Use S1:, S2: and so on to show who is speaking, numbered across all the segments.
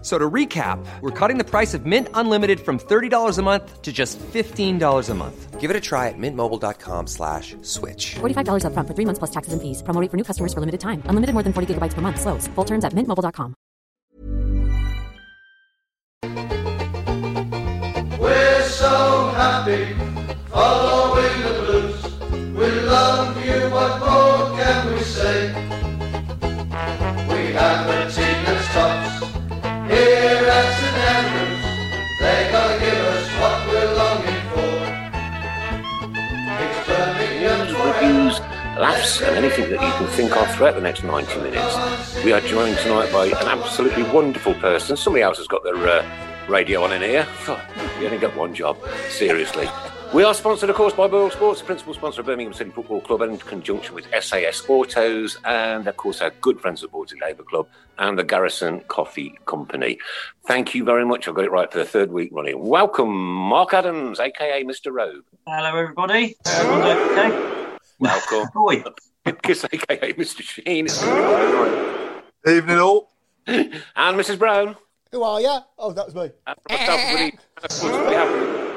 S1: So to recap, we're cutting the price of Mint Unlimited from $30 a month to just $15 a month. Give it a try at mintmobile.com slash switch.
S2: $45 upfront for three months plus taxes and fees. Promo rate for new customers for limited time. Unlimited more than 40 gigabytes per month. Slows. Full terms at mintmobile.com.
S3: We're so happy following the blues. We love you, what more can we say? We have the team that stops here at St Andrews. They're gonna give us what we're longing for. It's Birmingham forever.
S4: reviews, laughs, and anything that you can think of throughout the next 90 minutes. We are joined tonight by an absolutely wonderful person. Somebody else has got their uh, radio on in here. God, you only got one job, seriously. We are sponsored, of course, by Boyle Sports, the principal sponsor of Birmingham City Football Club, and in conjunction with SAS Autos, and of course, our good friends at Boarded Labour Club and the Garrison Coffee Company. Thank you very much. I got it right for the third week running. Welcome, Mark Adams, aka Mr. Robe.
S5: Hello, everybody. Everyone okay?
S4: Welcome.
S5: Boy,
S4: Kiss, aka Mr. Sheen. and
S6: Evening all.
S4: Mrs. Brown.
S7: Who are you? Oh, that was me.
S4: And myself, Woody- of course, we have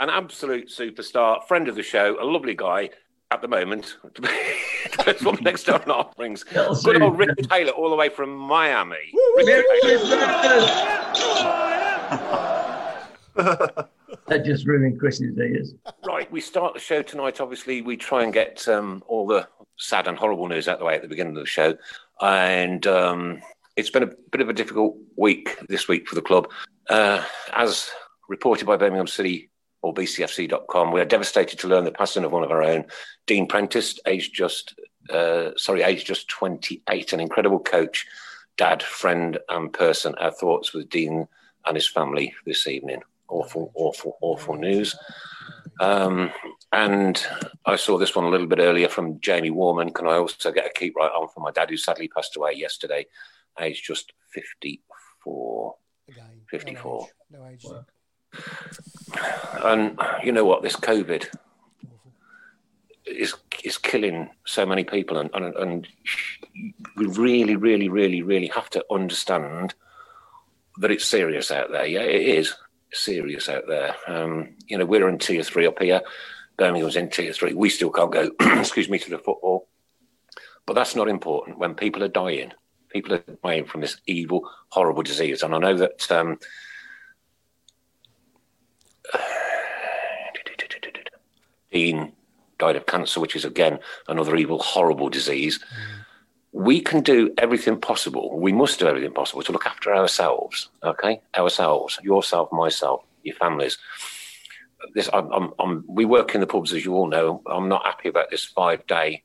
S4: an absolute superstar, friend of the show, a lovely guy at the moment. Depends what next door on our rings. Good old Richard Taylor, all the way from Miami. Richard Taylor.
S5: that just ruined Chris's ears.
S4: Right, we start the show tonight. Obviously, we try and get um, all the sad and horrible news out of the way at the beginning of the show. And um, it's been a bit of a difficult week this week for the club. Uh, as reported by Birmingham City or BCFC.com, we are devastated to learn the passing of one of our own, Dean Prentice, aged just, uh, sorry, aged just 28, an incredible coach, dad, friend, and person. Our thoughts with Dean and his family this evening. Awful, awful, awful news. Um, and I saw this one a little bit earlier from Jamie Warman. Can I also get a keep right on for my dad, who sadly passed away yesterday, aged just 54?
S7: Again.
S4: 54.
S7: No age. No age.
S4: And you know what? This COVID is is killing so many people, and, and and we really, really, really, really have to understand that it's serious out there. Yeah, it is serious out there. Um, you know, we're in tier three up here. Birmingham's in tier three. We still can't go. excuse me to the football, but that's not important. When people are dying, people are dying from this evil, horrible disease, and I know that. Um, Dean died of cancer, which is again another evil, horrible disease. We can do everything possible. We must do everything possible to look after ourselves. Okay, ourselves, yourself, myself, your families. This, I'm, I'm, I'm, we work in the pubs, as you all know. I'm not happy about this five-day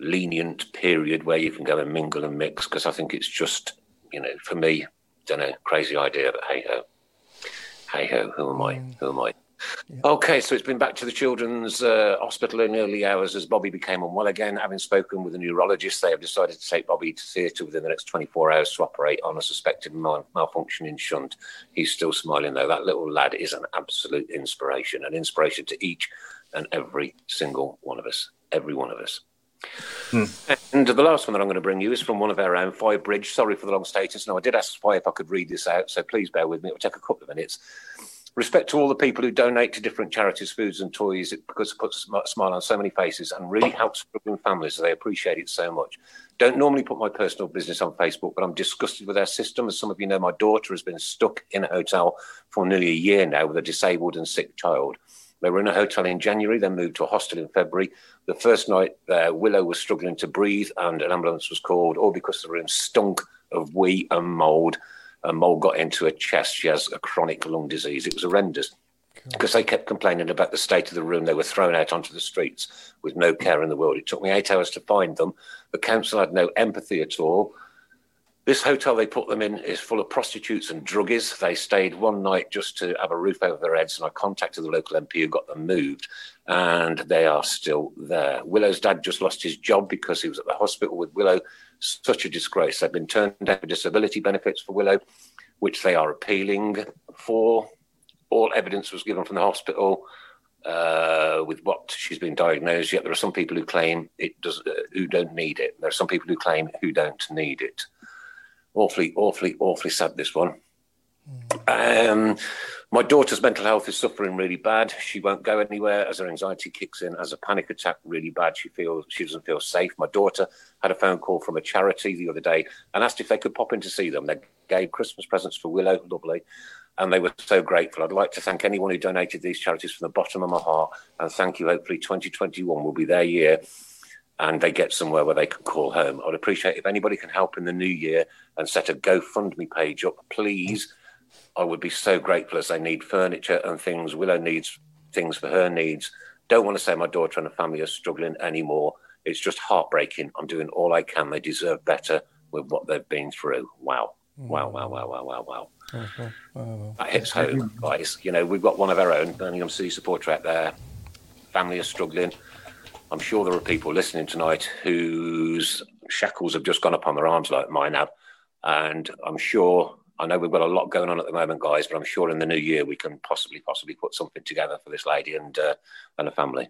S4: lenient period where you can go and mingle and mix because I think it's just, you know, for me, don't know, crazy idea. But hey ho, hey ho, who am I? Who am I? Okay, so it's been back to the children's uh, hospital in early hours as Bobby became unwell again. Having spoken with a neurologist, they have decided to take Bobby to theatre within the next 24 hours to operate on a suspected mal- malfunctioning shunt. He's still smiling though. That little lad is an absolute inspiration, an inspiration to each and every single one of us. Every one of us. And the last one that I'm going to bring you is from one of our own, Fire Bridge. Sorry for the long status. Now, I did ask Fire if I could read this out, so please bear with me. It will take a couple of minutes. Respect to all the people who donate to different charities, foods, and toys it- because it puts a smile on so many faces and really helps struggling families. They appreciate it so much. Don't normally put my personal business on Facebook, but I'm disgusted with our system. As some of you know, my daughter has been stuck in a hotel for nearly a year now with a disabled and sick child. They were in a hotel in January, then moved to a hostel in February. The first night there, Willow was struggling to breathe and an ambulance was called, all because the room stunk of wee and mould. And mould got into her chest. She has a chronic lung disease. It was horrendous because they kept complaining about the state of the room. They were thrown out onto the streets with no care in the world. It took me eight hours to find them. The council had no empathy at all This hotel they put them in is full of prostitutes and druggies. They stayed one night just to have a roof over their heads, and I contacted the local MP who got them moved, and they are still there. Willow's dad just lost his job because he was at the hospital with Willow. Such a disgrace. They've been turned down for disability benefits for Willow, which they are appealing for. All evidence was given from the hospital uh, with what she's been diagnosed. Yet there are some people who claim it does, uh, who don't need it. There are some people who claim who don't need it. Awfully, awfully, awfully sad. This one. Um, my daughter's mental health is suffering really bad. She won't go anywhere as her anxiety kicks in, as a panic attack really bad. She feels she doesn't feel safe. My daughter had a phone call from a charity the other day and asked if they could pop in to see them. They gave Christmas presents for Willow, lovely, and they were so grateful. I'd like to thank anyone who donated these charities from the bottom of my heart, and thank you. Hopefully, 2021 will be their year and they get somewhere where they can call home. I'd appreciate if anybody can help in the new year and set a GoFundMe page up, please. I would be so grateful as they need furniture and things. Willow needs things for her needs. Don't want to say my daughter and her family are struggling anymore. It's just heartbreaking. I'm doing all I can. They deserve better with what they've been through. Wow. Wow, wow, wow, wow, wow, Hmm. wow. That hits home, guys. You know, we've got one of our own, Birmingham City supporter out there. Family are struggling. I'm sure there are people listening tonight whose shackles have just gone up on their arms like mine have. And I'm sure, I know we've got a lot going on at the moment, guys, but I'm sure in the new year we can possibly, possibly put something together for this lady and, uh, and her family.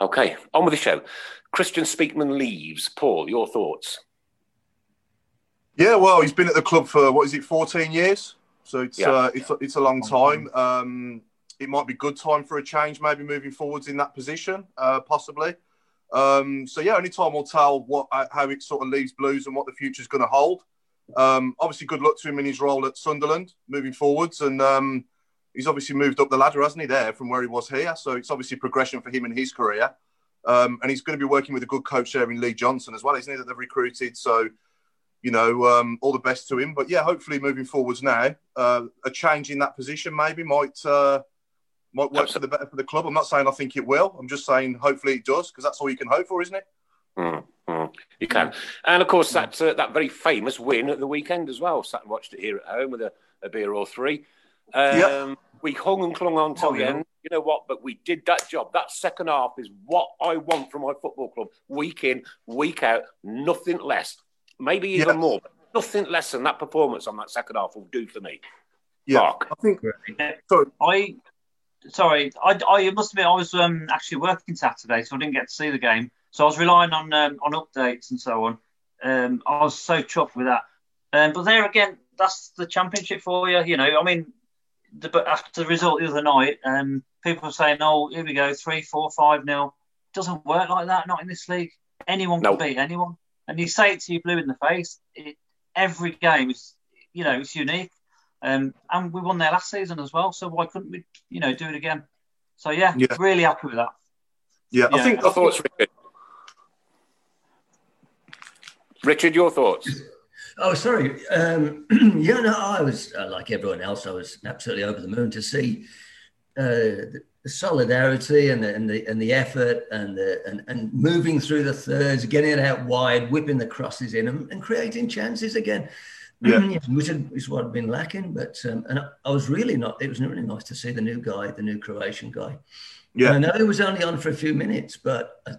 S4: Okay, on with the show. Christian Speakman leaves. Paul, your thoughts?
S6: Yeah, well, he's been at the club for what is it, fourteen years? So it's
S4: Yeah.
S6: uh, it's it's a long time. Um, it might be good time for a change, maybe moving forwards in that position, uh, possibly. Um, so yeah, only time will tell what uh, how it sort of leaves Blues and what the future's going to hold. Um, obviously, good luck to him in his role at Sunderland moving forwards, and um, he's obviously moved up the ladder, hasn't he? There from where he was here, so it's obviously progression for him in his career. Um, and he's going to be working with a good coach there in Lee Johnson as well, isn't he? That they've recruited, so you know, um, all the best to him. But yeah, hopefully moving forwards now, uh, a change in that position maybe might uh, might work for the better for the club. I'm not saying I think it will. I'm just saying hopefully it does because that's all you can hope for, isn't it?
S4: Mm, mm, you can. And of course, that, uh, that very famous win at the weekend as well. Sat and watched it here at home with a, a beer or three. Um,
S6: Yeah.
S4: We hung and clung on till
S6: Oh,
S4: the end. You know what? But we did that job. That second half is what I want from my football club week in, week out, nothing less. Maybe even
S6: Yeah.
S4: more, but nothing less than that performance on that second half will do for me.
S6: Yeah,
S4: Mark.
S6: I think.
S5: Yeah.
S6: Sorry,
S5: I sorry, I, I must admit I was um, actually working Saturday, so I didn't get to see the game. So I was relying on um, on updates and so on. Um, I was so chuffed with that. Um, but there again, that's the championship for you. You know, I mean, the, but after the result the other night, um, people were saying, "Oh, here we go, three, four, five nil." Doesn't work like that. Not in this league. Anyone
S4: No.
S5: can beat anyone. And you say it to you blue in the face. It, every game is, you know, it's unique. Um, and we won there last season as well, so why couldn't we, you know, do it again? So yeah,
S6: Yeah.
S5: really happy with that.
S6: yeah, I
S5: Yeah.
S6: think.
S4: Your thoughts, Richard? Richard, your thoughts?
S8: Oh, sorry. Um, yeah, no, I was uh, like everyone else. I was absolutely over the moon to see uh, the solidarity and the and the and the effort and the and, and moving through the thirds, getting it out wide, whipping the crosses in 'em and creating chances again.
S6: Yeah.
S8: which had- is what had been lacking. But um, and I, I was really not. It was really nice to see the new guy, the new Croatian guy.
S6: Yeah.
S8: And I know he was only on for a few minutes, but uh,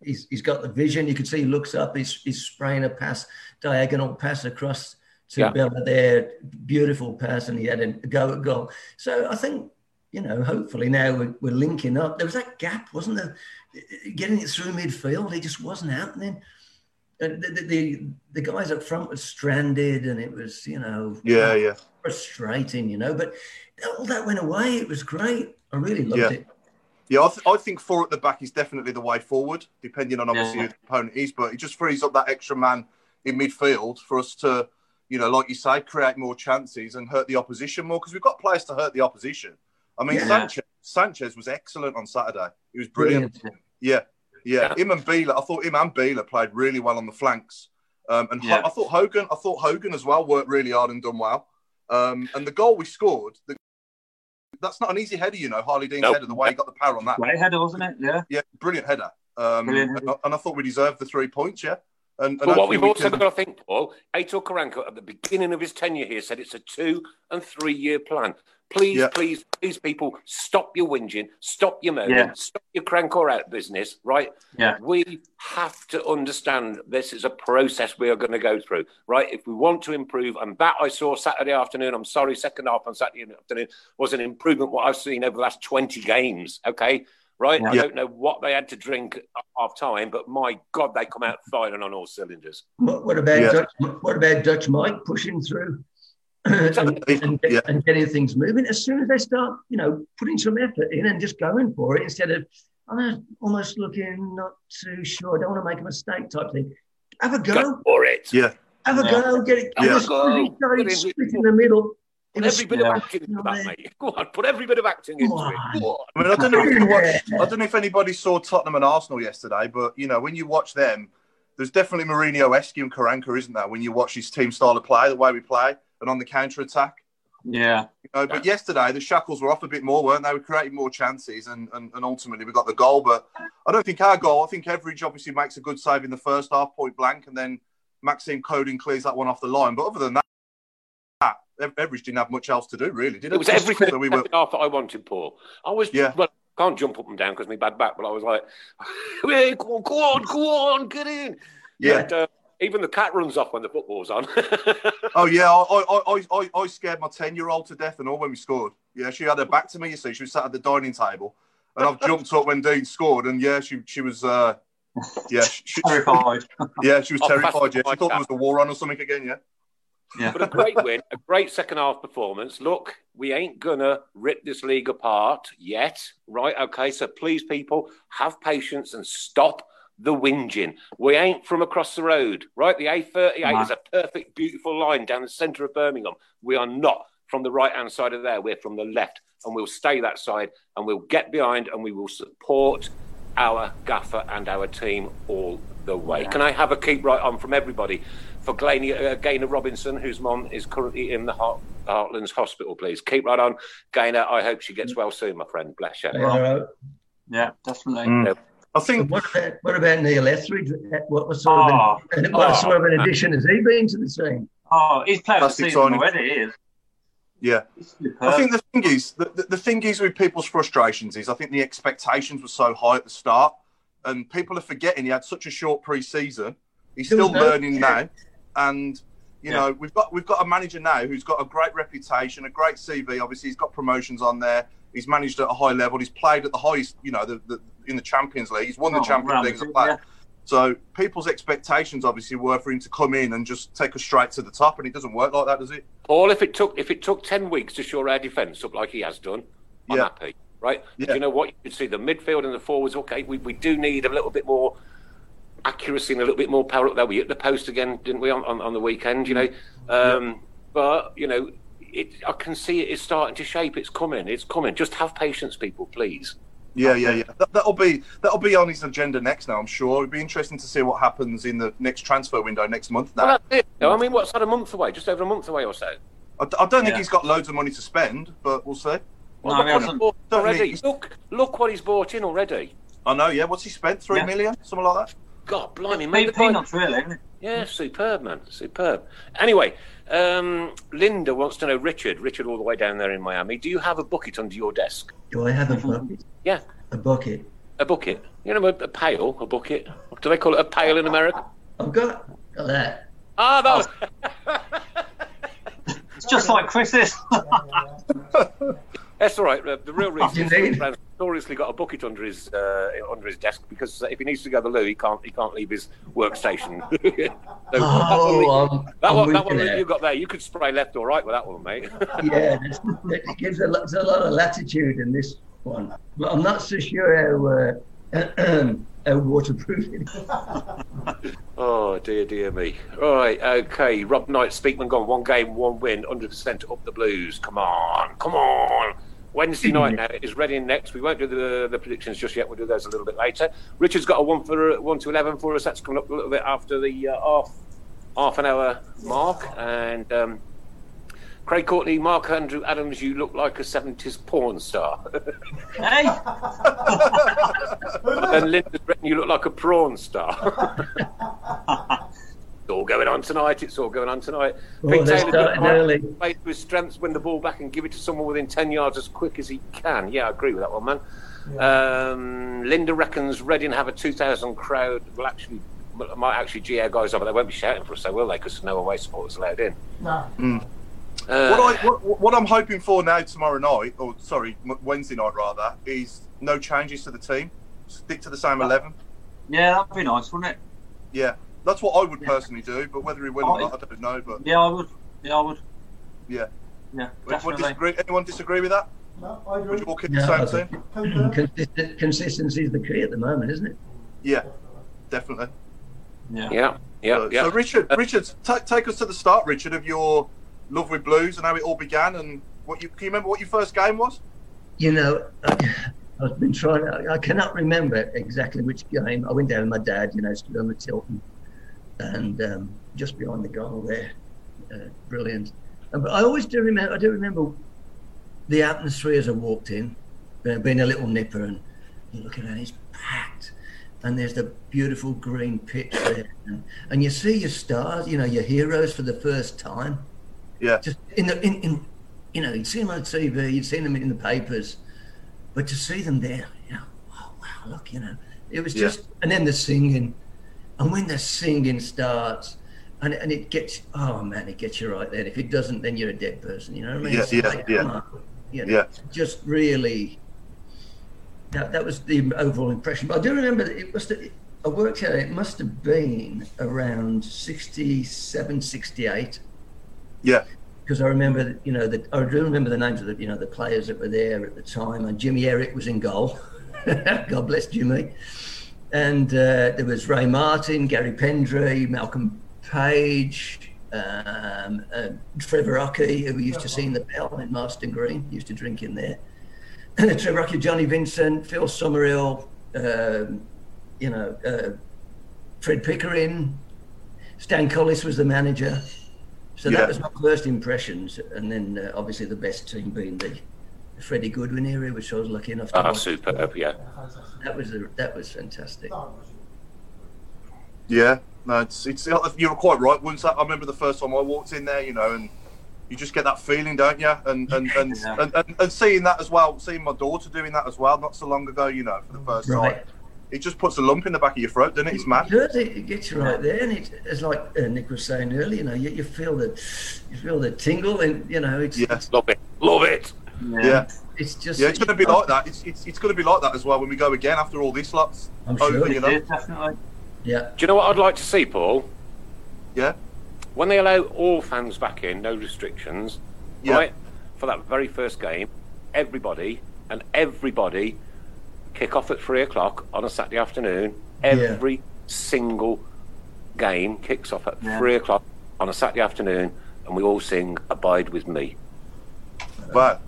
S8: he's, he's got the vision. You can see he looks up, he's, he's spraying a pass, diagonal pass across to
S4: Yeah.
S8: Bella there. Beautiful pass, and he had a go at goal. So I think, you know, hopefully now we're, we're linking up. There was that gap, wasn't there? Getting it through midfield, it just wasn't happening. And the, the, the, the guys up front were stranded, and it was, you know,
S6: Yeah, yeah,
S8: frustrating, you know, but all that went away. It was great. I really loved
S6: Yeah.
S8: it.
S6: yeah. I, th- I think four at the back is definitely the way forward, depending on obviously
S5: Yeah.
S6: who the opponent is. But it just frees up that extra man in midfield for us to, you know, like you say, create more chances and hurt the opposition more because we've got players to hurt the opposition. I mean,
S8: Yeah.
S6: Sanchez Sanchez was excellent on Saturday. He was brilliant. Yeah, yeah. Him and Bieler, I thought him and Bieler played really well on the flanks. Um, and Ho-
S5: Yeah.
S6: I thought Hogan, I thought Hogan as well worked really hard and done well. Um, and the goal we scored, the, that's not an easy header, you know. Harley Dean's
S4: Nope.
S6: header, the way he got the power on that,
S5: Great header, wasn't it? Yeah.
S6: yeah, brilliant header. Um,
S5: Brilliant
S6: and, and I thought we deserved the three points, yeah. And, and
S4: But what
S6: hopefully
S4: we've
S6: we
S4: also
S6: can-
S4: got to think, Paul, Aitor Karanka at the beginning of his tenure here said it's a two and three year plan. Please,
S6: Yeah.
S4: please, please, people, stop your whinging, stop your moaning,
S5: Yeah.
S4: stop your crankor out business, right?
S5: Yeah.
S4: We have to understand this is a process we are going to go through, right? If we want to improve, and that I saw Saturday afternoon, I'm sorry, second half on Saturday afternoon was an improvement what I've seen over the last 20 games, okay? Right? I
S6: Yeah.
S4: don't know what they had to drink at half time, but my God, they come out firing on all cylinders.
S8: What, what about
S6: Yeah.
S8: Dutch, what about Dutch Mike pushing through and, and,
S6: Yeah.
S8: and getting things moving? As soon as they start, you know, putting some effort in and just going for it instead of I'm almost looking not too sure. I don't want to make a mistake type thing. Have a go.
S4: Go for it.
S6: Yeah,
S8: Have a
S5: Yeah.
S8: go. Get it.
S4: Yeah.
S8: As soon as he started
S4: Yeah.
S8: split in the middle. it
S4: Put
S8: was-
S4: every bit of
S5: Yeah.
S4: acting into
S8: Yeah.
S4: that, mate. Go on, put every bit of acting into it. Go on.
S6: I mean, I don't know if you
S8: Yeah.
S6: watched, I don't know if anybody saw Tottenham and Arsenal yesterday, but you know, when you watch them, there's definitely Mourinho-esque in Karanka, isn't there? When you watch his team style of play, the way we play, and on the counter attack.
S5: Yeah.
S6: You know, but yesterday the shackles were off a bit more, weren't they? We created more chances, and, and, and ultimately we got the goal. But I don't think our goal. I think Everidge obviously makes a good save in the first half, point blank, and then Maxime Coding clears that one off the line. But other than that, that Ev- Everidge didn't have much else to do, really, did it?
S4: It was everything
S6: So we were,
S4: second half that I wanted, Paul. I was,
S6: Yeah.
S4: well, I can't jump up and down because my bad back, but I was like, "Yeah, go on, go on, go on, get in.
S6: yeah.
S4: And, uh, even the cat runs off when the football's on.
S6: Oh yeah, I I, I, I I scared my ten year old to death and all when we scored. Yeah, she had her back to me. You see, she was sat at the dining table, and I've jumped up when Dean scored, and yeah, she she was uh, yeah, she, she-
S5: Terrified.
S6: yeah, she was
S4: I'll pass
S6: terrified. Yeah,
S4: the
S6: she
S4: mic
S6: thought
S4: back.
S6: there was a war on or something again. Yeah,
S5: Yeah.
S4: but a great win, a great second half performance. Look, we ain't gonna rip this league apart yet, right? Okay, so please, people, have patience and stop the whinging. We ain't from across the road, right? The A38
S5: No.
S4: is a perfect, beautiful line down the centre of Birmingham. We are not from the right hand side of there, we're from the left, and we'll stay that side and we'll get behind and we will support our gaffer and our team all the way. Can I have a keep right on from everybody for Gainer, uh, Gaynor Robinson, whose mom is currently in the Hart, Heartlands Hospital, please? Keep right on. Gaynor, I hope she gets well soon, my friend. Bless you.
S8: All right.
S5: Yeah, definitely.
S6: I think
S8: What about, what about Neil Etheridge? What, what, sort, of
S5: Oh.
S8: an, what
S4: Oh.
S8: sort of an addition has he been to the team?
S5: Oh, he's played the
S6: Classic
S5: season
S6: signing.
S5: already. He is.
S6: yeah,
S5: He's superb.
S6: I think the thing is the, the, the thing is with people's frustrations is I think the expectations were so high at the start, and people are forgetting he had such a short pre-season. He's
S8: There
S6: still
S8: was no-
S6: learning now, and you
S5: Yeah.
S6: know we've got we've got a manager now who's got a great reputation, a great CV. Obviously, he's got promotions on there. He's managed at a high level. He's played at the highest, you know, the, the, in the Champions League. He's won the
S5: Oh,
S6: Champions
S5: round
S6: League as a
S5: two,
S6: player.
S5: yeah.
S6: So people's expectations obviously were for him to come in and just take us straight to the top, and it doesn't work like that, does it?
S4: Paul, if it took if it took ten weeks to shore our defence up like he has done, I'm
S6: Yeah.
S4: happy. Right? But
S6: Yeah.
S4: you know what? You could see the midfield and the forwards. Okay, we, we do need a little bit more accuracy and a little bit more power up there. We hit the post again, didn't we, on, on, on the weekend? You
S6: Mm.
S4: know, um, but you know, it, I can see it is starting to shape. It's coming. It's coming. Just have patience, people, please.
S6: Yeah, yeah, yeah. That, that'll be that'll be on his agenda next. Now, I'm sure it'd be interesting to see what happens in the next transfer window next month. Now,
S4: Well, that's it. No, I mean, what's that? A month away? Just over a month away or so.
S6: I, d- I don't think
S5: Yeah.
S6: he's got loads of money to spend, but we'll see.
S4: Well,
S5: No,
S4: look what
S5: he hasn't.
S4: he's bought already.
S6: Definitely.
S4: Look, look what he's bought in already.
S6: I know. Yeah, what's he spent? Three
S5: Yeah.
S6: million, something like that.
S4: God, blimey,
S5: Pe-
S4: mate, the guy-
S5: peanuts, really. isn't it?
S4: Yeah, superb, man. Superb. Anyway, um, Linda wants to know Richard, Richard, all the way down there in Miami, do you have a bucket under your desk?
S8: Do I have a bucket?
S4: Yeah,
S8: A bucket.
S4: a bucket. You know, a, a pail, a bucket. Do they call it a pail in America?
S8: I've got, got that.
S4: Ah, that
S5: It's just like Chris's.
S4: That's all right. uh, The real reason is
S8: Indeed.
S4: Brand's notoriously got a bucket under his uh, under his desk because uh, if he needs to go to the loo, he can't he can't leave his workstation. so that one,
S8: Oh,
S4: we-
S8: I'm,
S4: that
S8: I'm
S4: one, that
S8: with you
S4: one that
S8: there.
S4: you got there, you could spray left or right with that one, mate.
S8: Yeah, that's- it gives a, lo- there's a lot of latitude in this one. But I'm not so sure how, uh, how waterproof it is.
S4: Oh dear, dear me. Right, okay. Rob Knight, Speakman gone. One game, one win. Hundred percent up the Blues. Come on, come on. Wednesday night now is Reading next. We won't do the, the predictions just yet. We'll do those a little bit later. Richard's got a one for uh, one to eleven for us. That's coming up a little bit after the uh, half half an hour mark. And um, Craig Courtney, Mark Andrew Adams, you look like a 70s porn star.
S5: Hey,
S4: and Linda's written, you look like a prawn star. it's all going on tonight. It's all going on tonight.
S8: Oh,
S4: Pete
S8: they're
S4: Taylor
S8: starting
S4: did
S8: early.
S4: play to his strengths, win the ball back, and give it to someone within 10 yards as quick as he can. Yeah, I agree with that one, man. Um, Linda reckons Reading have a 2,000 crowd. Will actually might actually gee our guys on, but they won't be shouting for us, though, will they? Because no away supporters allowed in.
S9: No.
S8: Hmm.
S4: Uh,
S6: What, I, what, what I'm hoping for now tomorrow night, or sorry, m- Wednesday night rather, is no changes to the team. Stick to the
S5: Uh.
S6: same eleven.
S5: yeah, that'd be nice, wouldn't it?
S6: Yeah, that's what I would personally do. But whether he will or
S5: Oh,
S6: not, I don't know. But
S5: Yeah, I would. Yeah, I would.
S6: yeah,
S5: Yeah,
S6: anyone
S5: definitely.
S6: disagree? Anyone disagree with that?
S9: No, I
S6: Would you
S9: agree.
S6: all keep
S8: Yeah,
S6: the
S8: I
S6: same
S8: think-
S6: team?
S9: Confirm.
S8: Consistent, consistency is the key at the moment, isn't it?
S6: Yeah, definitely.
S5: Yeah.
S4: yeah, yeah,
S6: Uh, so,
S4: yeah.
S6: so Richard, Richard, ta take us to the start, Richard, of your love with blues and how it all began, and what you can you remember what your first game was?
S8: You know, I, I've been trying. I, I cannot remember exactly which game. I went down with my dad. You know, stood on the Tilton, and um, just behind the goal there, uh, brilliant. And, but I always do remember. I do remember the atmosphere as I walked in, uh, being a little nipper, and you look around, it's packed. And there's the beautiful green pitch there, and, and you see your stars, you know, your heroes for the first time
S6: Yeah,
S8: just in the in, in you know you'd seen them on TV, you'd seen them in the papers, but to see them there, you know, oh wow, look, you know, it was
S6: Yeah.
S8: just and then the singing, and when the singing starts, and and it gets oh man, it gets you right then. If it doesn't, then you're a dead person. You know what I mean?
S6: Yeah,
S8: It's
S6: yeah,
S8: like,
S6: yeah.
S8: come on, you know,
S6: Yeah.
S8: Just really. That, that was the overall impression. But I do remember that it must have, I worked out it must have been around 67, 68
S6: yeah,
S8: because I remember, that, you know, the, I do remember the names of the, you know, the players that were there at the time. And Jimmy Eric was in goal. God bless Jimmy. And uh, there was Ray Martin, Gary Pendry, Malcolm Page, um, uh, Trevor Rocky, who we used to see in the Bell in Marston Green, used to drink in there. Trevor Rocky, Johnny Vincent, Phil Sommerill, um, you know, uh, Fred Pickering, Stan Collis was the manager. So
S6: Yeah.
S8: that was my first impressions, and then uh, obviously the best team being the Freddie Goodwin era, which I was lucky enough to.
S4: Ah,
S8: watch.
S4: superb, yeah.
S8: That was the, that was fantastic.
S6: yeah. No, it's, it's you're quite right. Once I, I remember the first time I walked in there, you know, and you just get that feeling, don't you? And and and,
S5: Yeah.
S6: and, and, and seeing that as well, seeing my daughter doing that as well, not so long ago, you know, for the first
S8: Right.
S6: time, it just puts a lump in the back of your throat, doesn't it? It's mad.
S8: Does it, it gets you right there, and it, it's like uh, Nick was saying earlier. You know, you, you feel the you feel the tingle, and you know, it's
S6: Yeah,
S4: Love it. Love it.
S6: yeah.
S8: it's just
S6: Yeah, it's going to be like that. It's, it's, it's going to be like that as well when we go again after all this lots
S8: I'm
S6: over,
S8: sure.
S6: you
S5: Yeah,
S6: know.
S5: definitely.
S8: Yeah,
S4: Do you know what I'd like to see, Paul?
S6: Yeah,
S4: when they allow all fans back in, no restrictions,
S6: Yeah.
S4: right? For that very first game, everybody and everybody kick off at three o'clock on a Saturday afternoon. Every single game kicks off at
S5: Yeah.
S4: three o'clock on a Saturday afternoon, and we all sing "Abide with Me."
S6: but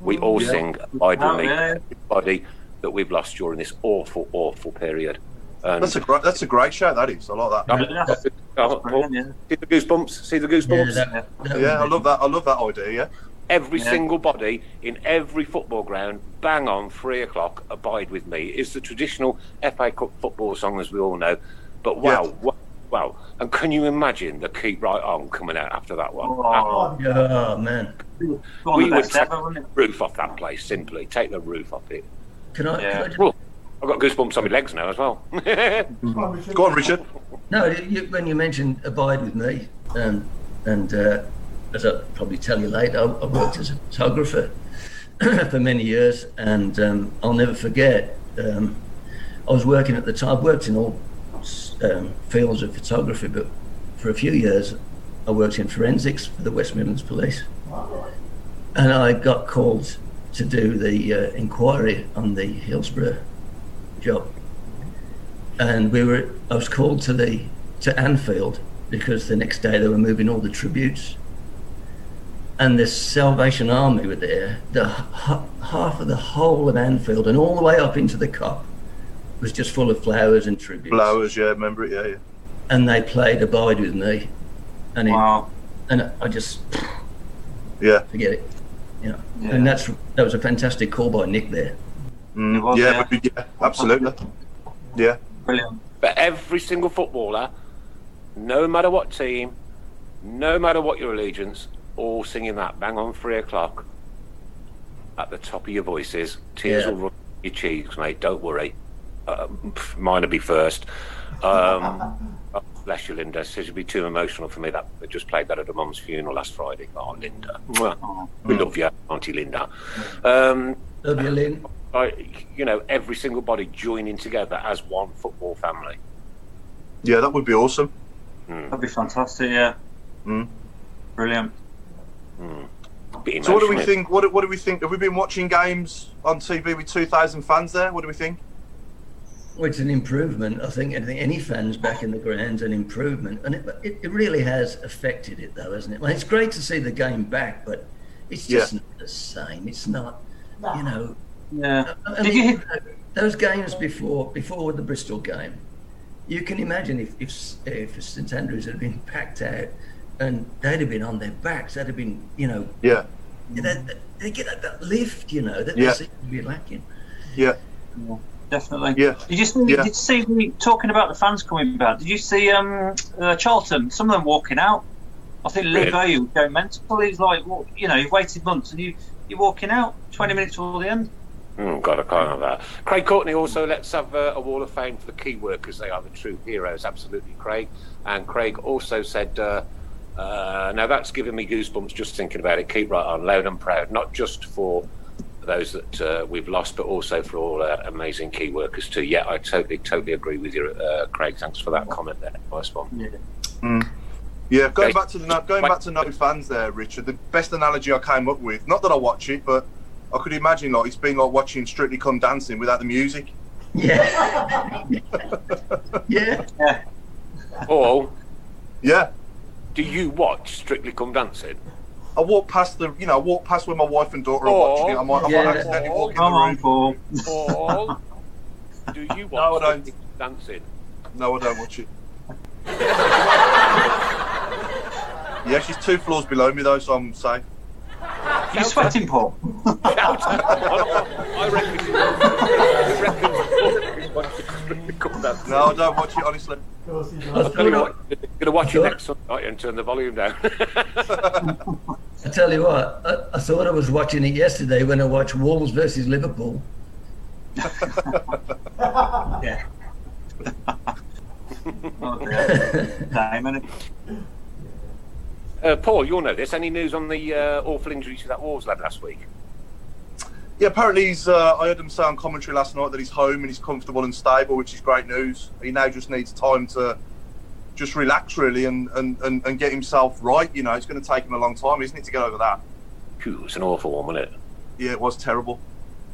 S4: We all
S6: Yeah.
S4: sing "Abide
S5: Oh,
S4: with Me."
S5: yeah.
S4: Everybody that we've lost during this awful, awful period. Um, And
S6: that's a great that's a great show. That is, I like that.
S4: I mean,
S5: Yeah, that's-
S4: oh, oh,
S5: brilliant, yeah.
S4: see the goosebumps. See the
S8: yeah,
S4: goosebumps.
S8: that, that
S6: Yeah, I
S8: was-
S6: love that. I love that idea. Yeah,
S4: Every
S5: Yeah.
S4: single body in every football ground, bang on three o'clock, abide with me, is the traditional FA Cup football song, as we all know. But wow,
S6: Yeah.
S4: wow, wow. And can you imagine the keep right on coming out after that one?
S5: Oh,
S8: Oh
S5: one
S8: man,
S5: of
S4: We
S5: the
S4: would
S5: best
S4: take
S5: ever, wouldn't it?
S4: the roof off that place, simply. Take the roof off it.
S8: can I?
S5: Yeah.
S8: Can I just,
S4: Oh, I've got goosebumps on my legs now as well.
S6: go on, Richard.
S8: No, you, when you mentioned abide with me, um, and uh, as I'll probably tell you later, I, I worked as a photographer for many years, and um, I'll never forget. Um, I was working at the time. I've worked in all um, fields of photography, but for a few years, I worked in forensics for the West Midlands Police, and I got called to do the uh, inquiry on the Hillsborough job and we were I was called to the to Anfield because the next day they were moving all the tributes and the Salvation Army were there the h- half of the whole of Anfield and all the way up into the cop was just full of flowers and tributes
S6: Flowers. Yeah, remember it. Yeah, yeah.
S8: and they played Abide With Me and it,
S5: Wow.
S8: and I just
S6: Yeah.
S8: forget it. You know,
S5: Yeah.
S8: and that's that was a fantastic call by Nick there.
S6: Mm,
S5: It was,
S6: yeah,
S5: yeah.
S6: but- yeah, absolutely. Yeah.
S5: Brilliant.
S4: But every single footballer, no matter what team, no matter what your allegiance, all singing that bang on three o'clock at the top of your voices. Tears
S8: Yeah.
S4: will run your cheeks, mate. Don't worry. Uh, pff, mine will be first. Um, oh, bless you, Linda. It would be too emotional for me. That I just played that at a mum's funeral last Friday. Oh, Linda, Mwah. we love you, Auntie Linda. Um,
S8: Love you, Lynn.
S4: I, you know, every single body joining together as one football family.
S6: Yeah, that would be awesome.
S5: That'd be fantastic. Yeah.
S6: Mm.
S5: Brilliant.
S4: Be
S6: So, what do we
S4: emotional.
S6: think? What, do- what do we think? Have we been watching games on TV with two thousand fans there? What do we think?
S8: Well, it's an improvement. I think any, any fans back in the ground's an improvement, and it, it, it really has affected it, though, hasn't it? Well, it's great to see the game back, but it's just
S6: Yeah.
S8: not the same. It's not, you know.
S5: Yeah.
S8: I- I
S5: Did
S8: mean,
S5: you-
S8: you know, those games before before the Bristol game? You can imagine if if, if St Andrews had been packed out, and they'd have been on their backs. They'd have been, you know,
S6: Yeah,
S8: they, they get that, that lift, you know, that
S6: Yeah.
S8: they seem to be lacking.
S6: yeah.
S5: Definitely.
S6: Yeah.
S5: Did you see?
S6: Yeah.
S5: Did you see the, talking about the fans coming back? Did you see um uh, Charlton? Some of them walking out. I think Lou
S4: Really?
S5: Bailly was going mental. He's like, well, you know, you've waited months and you you're walking out twenty minutes before the end.
S4: Mm, God, I can't have that. Craig Courtney also lets have uh, a wall of fame for the key workers. They are the true heroes, absolutely, Craig. And Craig also said, uh, uh, now that's giving me goosebumps just thinking about it. Keep right on, loud and proud, not just for those that uh, we've lost, but also for all our amazing key workers too. Yeah, I totally, totally agree with you, uh, Craig. Thanks for that comment there. Nice one.
S6: Yeah, going
S4: Okay.
S6: back to the no, going back to no fans there, Richard. The best analogy I came up with, not that I watch it, but I could imagine like it's been like watching Strictly Come Dancing without the music.
S8: Yeah, yeah.
S4: Paul,
S6: Yeah,
S4: do you watch Strictly Come Dancing?
S6: I walk past the, you know, I walk past where my wife and daughter are
S4: Oh.
S6: watching it. I might, I
S8: Yeah.
S6: might accidentally walk in
S5: Come
S6: the
S5: on,
S6: room.
S5: Paul.
S4: Paul, do you watch
S6: No, I don't.
S4: Strictly Come Dancing?
S6: No, I don't watch it. yeah, she's two floors below me though, so I'm safe.
S5: You sweating, Paul?
S4: out. I reckon. I reckon.
S6: No, I don't watch it honestly.
S8: I
S4: Tell you
S8: thought
S4: what, you're gonna watch it next night and turn the volume down.
S8: I tell you what, I, I thought I was watching it yesterday when I watched Wolves versus Liverpool.
S5: Yeah. oh, dear. Damn, innit?
S4: uh, Paul, you'll know this. Any news on the uh, awful injury to that Wolves lad last week?
S6: Yeah, apparently he's. Uh, I heard him say on commentary last night that he's home and he's comfortable and stable, which is great news. He now just needs time to just relax really and and, and, and get himself right. You know, it's going to take him a long time, isn't it, to get over that?
S4: Phew, it's an awful one, wasn't it?
S6: Yeah, it was terrible.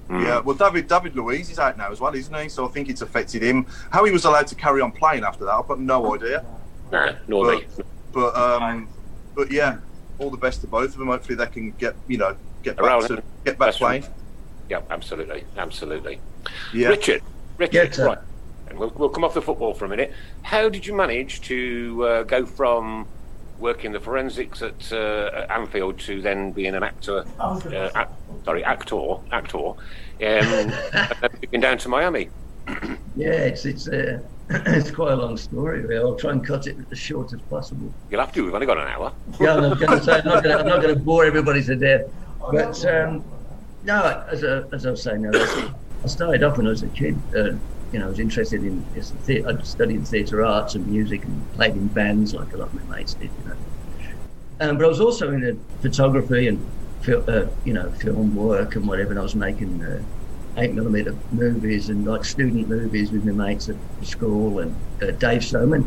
S4: Hmm.
S6: Yeah, well, David David Luiz is out now as well, isn't he? So I think it's affected him. How he was allowed to carry on playing after that, I've got no idea.
S4: Nah, nor
S6: But,
S4: me.
S6: but um, but yeah, all the best to both of them. Hopefully they can get you know get back
S4: Around
S6: to
S4: it.
S6: get back
S4: That's
S6: playing.
S4: right. Yeah, absolutely, absolutely.
S6: Yeah.
S4: Richard, Richard,
S8: Yes, sir.
S4: right. And we'll, we'll come off the football for a minute. How did you manage to uh, go from working the forensics at, uh, at Anfield to then being an actor? Uh, ac- sorry, actor, actor, um, and then moving down to Miami.
S8: Yeah, it's it's uh, it's quite a long story. really. I'll try and cut it as short as possible.
S4: You'll have to. We've only got an hour.
S8: Yeah, I'm not going to say I'm not going to, I'm not going to bore everybody to death. But um, no, as I, as I was saying, no, that's- I started off when I was a kid. Uh, you know, I was interested in yes, the, I studied theatre arts and music and played in bands like a lot of my mates did. You know, um, but I was also into photography and fil- uh, you know film work and whatever. And I was making uh, eight millimeter movies and like student movies with my mates at school and uh, Dave Soman.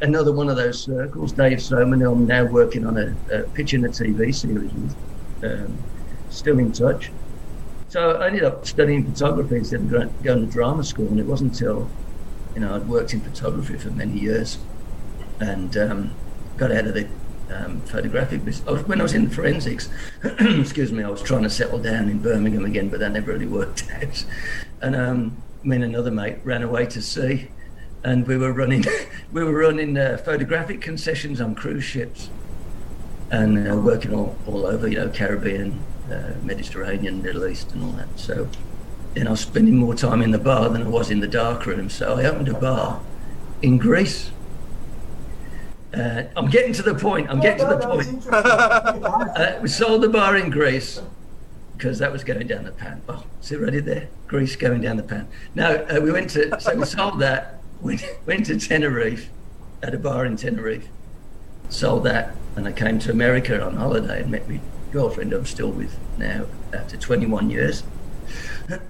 S8: Another one of those circles, Dave Soman, who I'm now working on a, a pitch in a TV series with, um, still in touch. So I ended up studying photography instead of gra- going to drama school, and it wasn't until you know I'd worked in photography for many years and um, got out of the um, photographic business. I was, when I was in forensics, excuse me, I was trying to settle down in Birmingham again, but that never really worked out. And um, me and another mate ran away to sea, and we were running, we were running uh, photographic concessions on cruise ships and uh, working all, all over, you know, Caribbean, uh, Mediterranean, Middle East, and all that. So then I was spending more time in the bar than I was in the dark room. So I opened a bar in Greece. Uh, I'm getting to the point. I'm getting to the point. Uh, we sold the bar in Greece because that was going down the pan. Oh, is it ready there? Greece going down the pan. No, uh, we went to, so we sold that, went, went to Tenerife, at a bar in Tenerife, sold that, and I came to America on holiday and met my girlfriend I'm still with now after 21 years.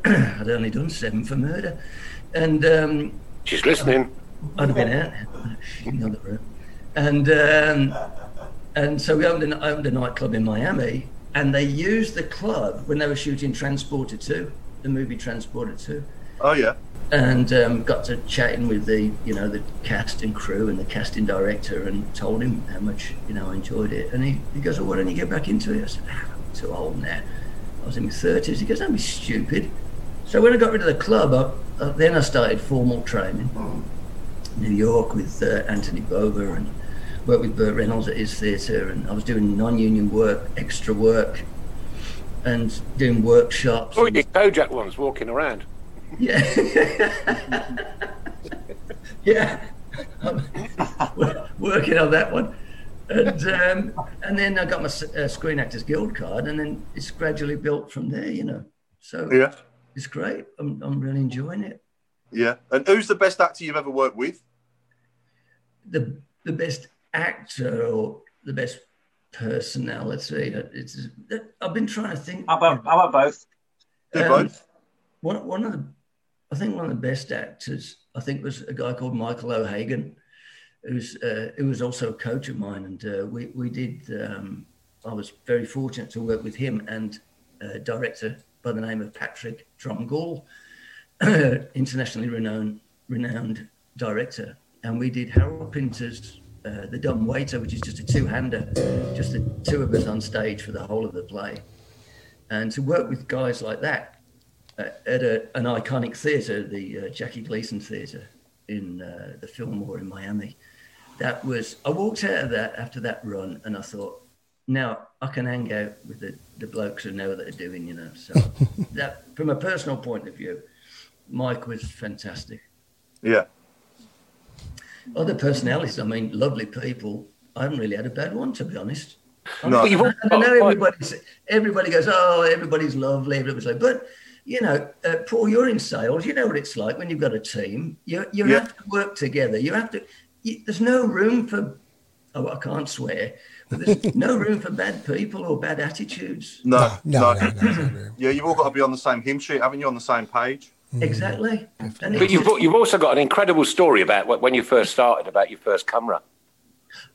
S8: I'd only done seven for murder. And um,
S4: She's listening.
S8: Oh, I'd have been out in the other room. And um, and so we opened, an, opened a nightclub in Miami, and they used the club when they were shooting Transporter 2, the movie Transporter 2
S6: Oh yeah.
S8: and um, got to chatting with the you know the cast and crew and the casting director and told him how much you know I enjoyed it and he, he goes well why don't you get back into it I said ah, I'm too old now I was in my 30s he goes don't be stupid so when I got rid of the club I, I, then I started formal training New York with uh, Anthony Bover and worked with Burt Reynolds at his theatre and I was doing non-union work extra work and doing workshops
S4: Oh,
S8: and-
S4: you Kojak one's walking around.
S8: yeah. yeah. I'm wor- working on that one. And um, and then I got my s- uh, Screen Actors Guild card, and then it's gradually built from there, you know. So
S6: Yeah.
S8: it's great. I'm, I'm really enjoying it.
S6: Yeah. And who's the best actor you've ever worked with?
S8: The the best actor or the best personality. It's I've been trying to think.
S5: How about, how about both?
S6: Do
S8: Um,
S6: both.
S8: one, one of the, I think one of the best actors, I think, was a guy called Michael O'Hagan, who's uh, who was also a coach of mine, and uh, we we did. Um, I was very fortunate to work with him and a director by the name of Patrick Drumgall, internationally renowned renowned director, and we did Harold Pinter's. Uh, the Dumb Waiter, which is just a two-hander, just the two of us on stage for the whole of the play, and to work with guys like that uh, at a, an iconic theatre, the uh, Jackie Gleason Theatre in uh, the Fillmore in Miami. That was, I walked out of that after that run and I thought, now I can hang out with the, the blokes who know what they're doing, you know. So, that from a personal point of view, Mike was fantastic.
S6: Yeah.
S8: Other personalities, I mean, lovely people. I haven't really had a bad one, to be honest.
S6: No.
S4: But you've also
S8: I
S4: got-
S8: know everybody's, everybody goes, oh, everybody's lovely, everybody's like, but you know, uh, Paul, you're in sales. You know what it's like when you've got a team. You you
S6: Yeah.
S8: have to work together. You have to. You, there's no room for. Oh, I can't swear, but there's no room for bad people or bad attitudes.
S6: No.
S9: No, no, no. no, no.
S6: Yeah, you've all got to be on the same hymn sheet, haven't you? On the same page.
S8: Exactly. And
S4: But
S8: it's
S4: you've,
S8: just-
S4: you've also got an incredible story about wh- when you first started, about your first camera.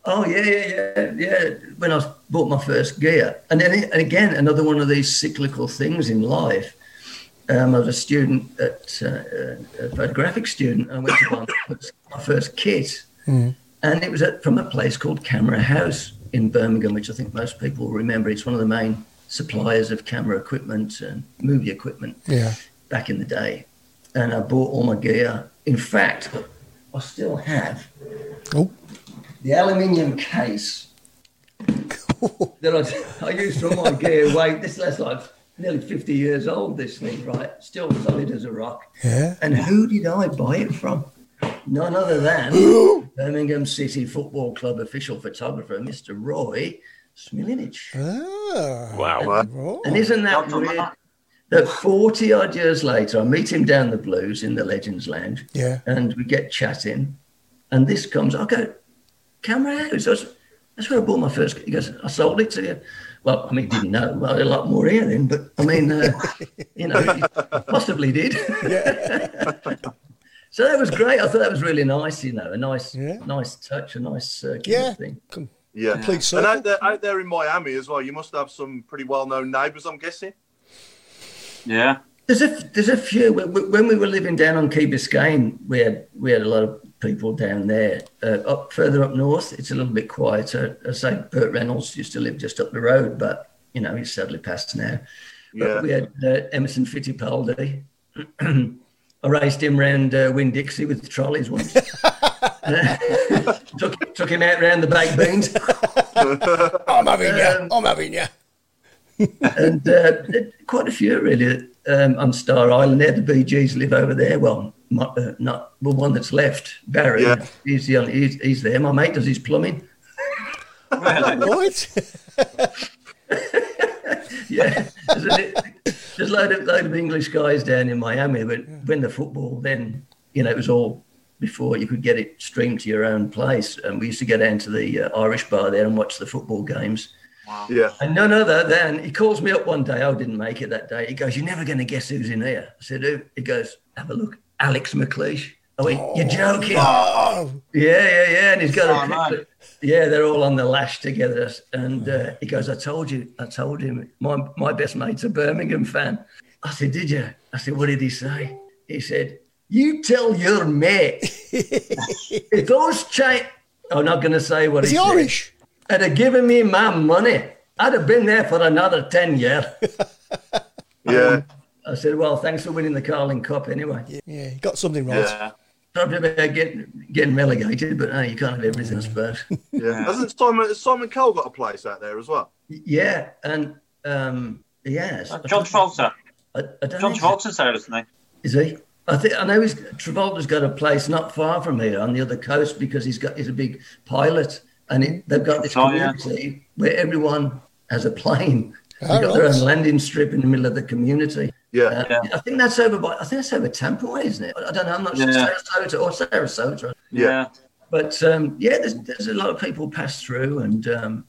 S8: Oh yeah, yeah, yeah, yeah. When I bought my first gear, and then and again another one of these cyclical things in life. Um, I was a student at uh, a photographic student. And I went to buy my first, my first kit, and it was at, from a place called Camera House in Birmingham, which I think most people will remember. It's one of the main suppliers of camera equipment and movie equipment
S9: Yeah.
S8: back in the day. And I bought all my gear. In fact, I still have
S9: Oh.
S8: the aluminium case that I, I used for my gear weight. This that's like nearly 50 years old, this thing, right? Still solid as a rock.
S9: Yeah.
S8: And who did I buy it from? None other than Birmingham City Football Club official photographer, Mr. Roy Smilinich.
S9: Ah.
S4: Wow.
S9: Oh.
S8: And isn't that
S5: Not a
S8: weird?
S5: lot.
S8: That 40 odd years later, I meet him down the blues in the Legends Lounge.
S9: Yeah.
S8: And we get chatting. And this comes, I go, camera house. That's, that's where I bought my first. He goes, I sold it to you. Well, I mean, he didn't know. Well, a lot more here then, but I mean, uh, you know, he possibly did. so that was great. I thought that was really nice, you know, a nice,
S9: Yeah.
S8: nice touch, a nice circular
S9: Yeah.
S8: thing.
S9: Com-
S6: Yeah.
S9: Complete
S6: And
S9: circle.
S6: out there, out there in Miami as well, you must have some pretty well-known neighbours, I'm guessing.
S5: Yeah.
S8: There's a there's a few. When we- when we were living down on Key Biscayne, we had we had a lot of people down there. Uh, up further up north, it's a little bit quieter. I say Burt Reynolds used to live just up the road, but you know he's sadly passed now. But
S6: Yeah.
S8: we had uh, Emerson Fittipaldi. I raced him round uh, Win Dixie with trolleys once. took, took him out round the baked beans.
S9: I'm having you. I'm having you.
S8: and uh, th- quite a few really um, on Star Island. There, the Bee Gees live over there. Well, my, uh, not well, one that's left, Barry.
S6: Yeah.
S8: He's the only, he's, he's there. My mate does his plumbing.
S9: Right?
S8: Yeah, there's a there's load of load of English guys down in Miami. But when the football, then you know, it was all before you could get it streamed to your own place. And we used to go down to the uh, Irish bar there and watch the football games.
S6: Yeah.
S8: And none other than he calls me up one day. I didn't make it that day. He goes, "You're never going to guess who's in here." I said, "Who?" He goes, "Have a look, Alex McLeish." I went, "You're joking?"
S9: Oh,
S8: Yeah, yeah, yeah. And he's got
S5: Oh,
S8: a
S5: man.
S8: picture. Yeah, they're all on the lash together. And uh, he goes, "I told you, I told him. My my best mate's a Birmingham fan." I said, "Did you?" I said, "What did he say?" He said, "You tell your mate if those chi I'm not going to say what
S9: is
S8: he
S9: he
S8: said
S9: Irish?
S8: had have given me my money, I'd have been there for another 10 years.
S6: Yeah.
S8: I said, well, thanks for winning the Carling Cup anyway.
S9: Yeah, he got something right.
S6: Yeah.
S8: Probably about getting, getting relegated, but no, you can't have everything, I suppose.
S6: Yeah. Hasn't Simon has Simon Cowell got a place out there as well?
S8: yeah, and um, yes.
S5: John Travolta.
S8: I, I don't
S5: John
S8: think-
S5: Travolta's there, isn't he?
S8: Is he? I think I know he's Travolta's got a place not far from here on the other coast because he's got he's a big pilot and it, they've got this
S5: Oh, yeah.
S8: community where everyone has a plane. They've
S9: Oh,
S8: got their
S9: right.
S8: own landing strip in the middle of the community.
S6: Yeah.
S8: Uh,
S5: Yeah.
S8: I think that's over by I think that's over Tampa way, isn't it? I don't know. I'm not
S5: Yeah.
S8: sure Sarasota or Sarasota.
S6: Yeah.
S8: But um, yeah, there's, there's a lot of people pass through and um,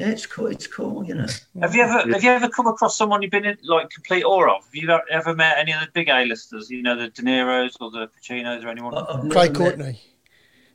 S8: yeah, it's cool. It's cool, you know.
S5: Have you ever have you ever come across someone you've been in like complete awe of? Have you got- ever met any of the big A-listers? You know, the De Niro's or the Pacinos or anyone?
S8: I-
S9: Uh-uh.
S8: I've never
S9: Craig
S8: met-
S9: Courtney.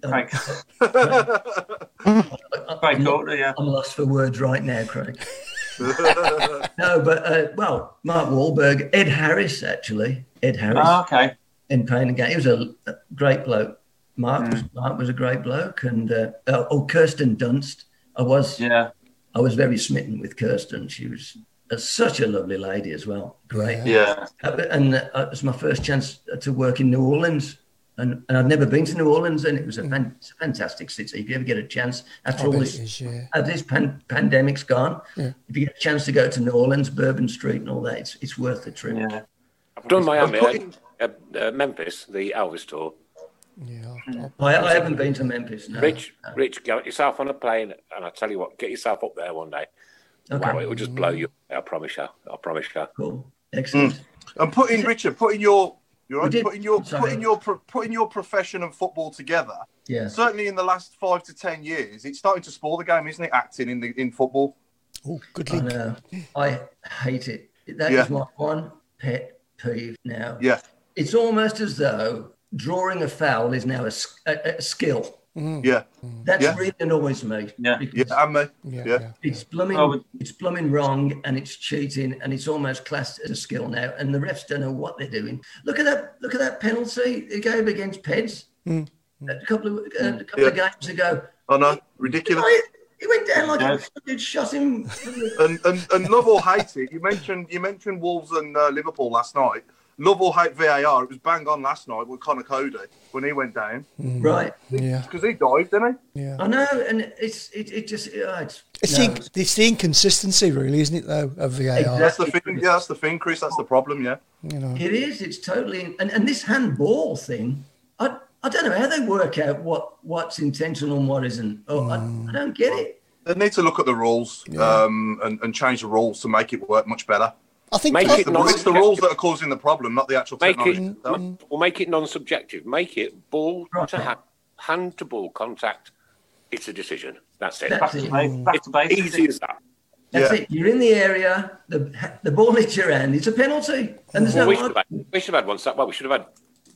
S5: Craig,
S8: I-
S5: Craig
S8: I'm not-
S5: Courtney, yeah.
S8: I'm lost for words right now, Craig. no, but uh, well, Mark Wahlberg, Ed Harris actually, Ed Harris
S5: Oh, okay.
S8: in Pain and Gain. He was a, a great bloke. Mark, was, Mark was a great bloke, and uh, oh, oh, Kirsten Dunst. I was
S5: Yeah.
S8: I was very smitten with Kirsten. She was uh, such a lovely lady as well. Great.
S6: Yeah.
S8: Uh, but- And uh, it was my first chance to work in New Orleans. And, and I'd never been to New Orleans, and it was a, fan, it's a fantastic city. If you ever get a chance, after
S9: Mm. I
S8: all
S9: bet
S8: this,
S9: it is, yeah.
S8: after this pan, pandemic's gone,
S9: Yeah.
S8: if you get a chance to go to New Orleans, Bourbon Street, and all that, it's, it's worth the trip.
S5: Yeah.
S4: I've done Miami,
S6: I've put-
S4: uh, uh, Memphis, the Elvis tour.
S9: Yeah. I'll-
S8: I, I haven't been to Memphis. No.
S4: Rich, Rich, get yourself on a plane, and I tell you what, get yourself up there one day.
S8: Okay.
S4: Wow, it will just blow you. I promise you. I promise you.
S8: Cool.
S9: Mm.
S8: Excellent.
S6: And putting Richard, putting your you're
S8: We did-
S6: putting your
S8: sorry.
S6: putting your pro- putting your profession and football together.
S8: Yeah.
S6: Certainly in the last five to ten years, it's starting to spoil the game, isn't it? Acting in the in football.
S9: Oh, good
S8: I
S9: link.
S8: know. I hate it. That is
S6: Yeah.
S8: my one pet peeve now.
S6: Yeah.
S8: It's almost as though drawing a foul is now a, s- a- a skill.
S6: Yeah.
S8: That's
S6: Yeah.
S8: really annoys me.
S5: Yeah.
S6: Yeah.
S8: because
S6: And me.
S9: Yeah.
S6: yeah.
S9: yeah.
S8: It's blooming,
S5: Oh, but-
S8: it's blooming wrong, and it's cheating, and it's almost classed as a skill now. And the refs don't know what they're doing. Look at that! Look at that penalty it gave against Peds
S9: Hmm.
S8: a couple of uh,
S6: Hmm.
S8: a couple of games ago.
S6: I know. Ridiculous.
S8: Like, he went down like
S5: Yeah.
S8: a fucking shot him. from the-
S9: Hmm.
S6: and, and, and love or hate it. You mentioned you mentioned Wolves and uh, Liverpool last night. Love or hate VAR. It was bang on last night with Connor Cody when he went down
S8: right.
S9: Yeah.
S6: because he dived, didn't
S8: I know, and it's it, it just oh, it's,
S9: It's,
S8: no,
S9: the, inc- it's the inconsistency, really, isn't it, though, of VAR?
S6: he?
S8: Exactly.
S6: That's the thing. Yeah, that's the thing, Chris. That's the problem. Yeah.
S9: You know.
S8: It is. It's totally. And, and this handball thing, I, I don't know how they work out what what's intentional and what isn't. Oh,
S9: Hmm.
S8: I, I don't get it.
S6: They need to look at the rules um, and, and change the rules to make it work much better.
S9: I think
S4: Make
S9: I-
S4: it
S6: The,
S4: Not
S6: it's the
S4: subjective.
S6: rules that are causing the problem, not the actual
S4: Make it,
S6: technology. itself.
S4: ma- or make it non-subjective. Make it ball to hand, hand to ball contact. It's a decision. That's it.
S8: That's it.
S5: Ba- Back to
S4: It's
S5: basics.
S4: easy as that.
S8: That's
S6: Yeah.
S8: it. You're in the area. The the ball hits your hand. It's a penalty. And there's
S4: Well, we,
S8: no.
S4: should have had, we should have had one. set- Well, we should have had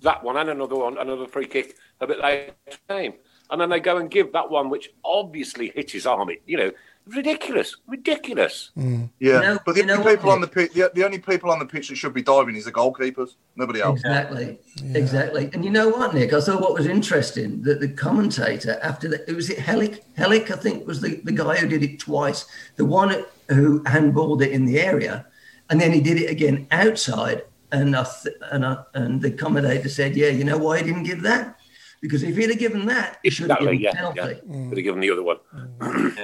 S4: that one and another one, another free kick a bit later in the game. And then they go and give that one, which obviously hit his arm. It, you know, ridiculous, ridiculous.
S6: Yeah,
S8: know-
S6: but the
S8: you know
S6: only
S8: what,
S6: people on the pitch, the, the only people on the pitch that should be diving is the goalkeepers. Nobody else.
S8: Exactly. Exactly. And you know what, Nick? I thought what was interesting that the commentator after that, was it Helic? Helic, I think, was the, the guy who did it twice. The one who handballed it in the area, and then he did it again outside. And I th- and I, and the commentator said, "Yeah, you know why he didn't give that? Because if he'd have given that, he should have
S4: Exactly,
S8: given
S4: yeah.
S8: penalty.
S4: yeah. Could have given the other one.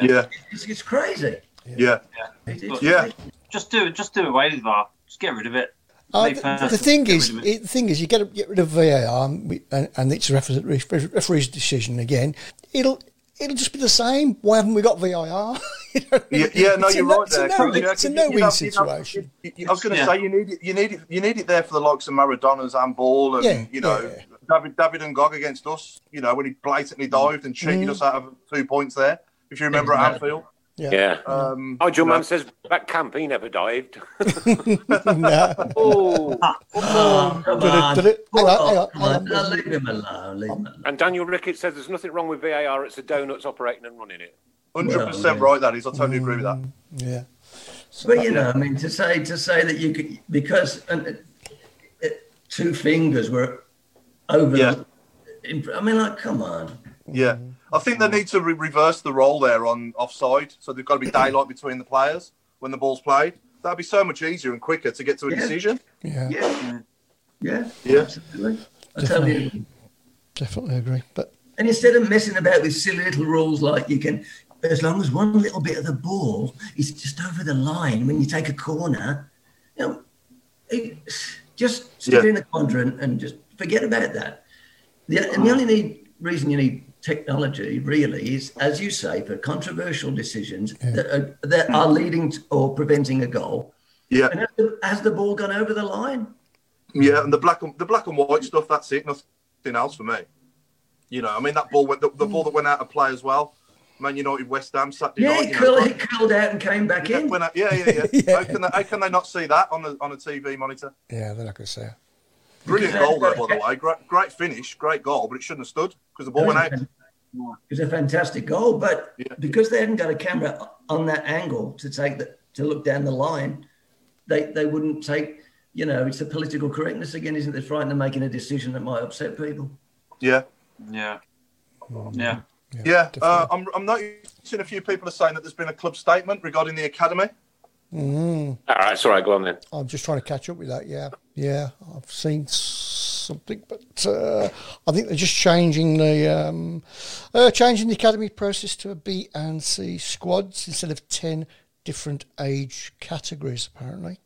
S6: Yeah.
S8: It's, it's crazy.
S6: Yeah.
S8: It- it's
S6: Yeah.
S8: crazy.
S5: Just do it. Just do away with that. Just get rid of it.
S9: Uh,
S5: Me
S9: the, the
S5: personally,
S9: thing
S5: get
S9: is,
S5: rid of
S9: it, the thing is, you get get rid of VAR, and, we- and, and it's a referee, ref- referee's decision again. It'll it'll just be the same. Why haven't we got VAR? You know,
S6: Yeah, yeah, no,
S9: it's a
S6: you're
S9: no-
S6: right
S9: It's
S6: there.
S9: a no,
S6: Chris, you know,
S9: it's a
S6: you-
S9: no-win
S6: you know, you know,
S9: situation.
S6: you- you- I was going to
S5: Yeah.
S6: say you need it, you need it, you need it there for the likes of Maradona's handball, and
S9: Yeah,
S6: you know
S9: yeah.
S6: David David and Gog against us. You know when he blatantly dived and
S9: Mm-hmm.
S6: cheated us out of two points there. If you remember at Anfield,
S4: Yeah.
S6: um,
S4: oh, your
S6: you know,
S4: man says back camp, he never dived.
S9: No.
S4: oh.
S8: Oh, come on.
S9: did it- hang on, hang on,
S8: Come
S9: hang
S8: on.
S9: on.
S8: No, leave him alone. Leave him alone.
S4: And Daniel Rickett says there's nothing wrong with VAR, it's the donuts operating and running it.
S6: hundred percent
S8: Well, yeah.
S6: right. That is, I totally agree with that.
S9: Yeah.
S8: But you know, I mean, to say to say that you could because and, it- it- two fingers were over.
S6: Yeah.
S8: the- in- I mean, like, come on.
S6: Yeah, I think they need to re- reverse the role there on offside. So there's got to be daylight between the players when the ball's played. That'd be so much easier and quicker to get to a
S8: Yeah.
S6: decision.
S9: Yeah.
S8: Yeah, yeah,
S6: Yeah.
S8: absolutely. I tell you.
S9: Definitely agree. But
S8: And instead of messing about with silly little rules like you can, as long as one little bit of the ball is just over the line when you take a corner, you know, it, just stick
S6: Yeah.
S8: in a quadrant and just forget about that. The, and the only need, reason you need technology really is, as you say, for controversial decisions that, are, that are leading to, or preventing a goal.
S6: Yeah,
S8: And has the, has the ball gone over the line?
S6: yeah, and the black and the black and white stuff. That's it. Nothing else for me. You know, I mean that ball went the, the ball that went out of play as well. Man United, West Ham, Saturday
S8: Yeah,
S6: night.
S8: it
S6: you know,
S8: curled,
S6: right?
S8: it curled out and came back
S6: yeah,
S8: in.
S6: when I- yeah, yeah, yeah. How, can they, how can they not see that on a on a TV monitor?
S9: yeah, they're not going to say. it.
S6: Brilliant goal there, by the way. Great, great finish, great goal, but it shouldn't have stood because the ball went out.
S8: It was a fantastic goal, but
S6: Yeah.
S8: because they hadn't got a camera on that angle to take the, to look down the line, they they wouldn't take. You know, it's the political correctness again, isn't it? Frightened of making a decision that might upset people.
S6: Yeah.
S5: it. Yeah. Yeah.
S6: Yeah, uh, I'm, I'm noticing a few people are saying that there's been a club statement regarding the academy.
S4: All right, it's all right, go on then.
S9: I'm just trying to catch up with that. Yeah, yeah. I've seen s- something, but uh, I think they're just changing the um, uh, changing the academy process to a B and C squads instead of ten different age categories. Apparently.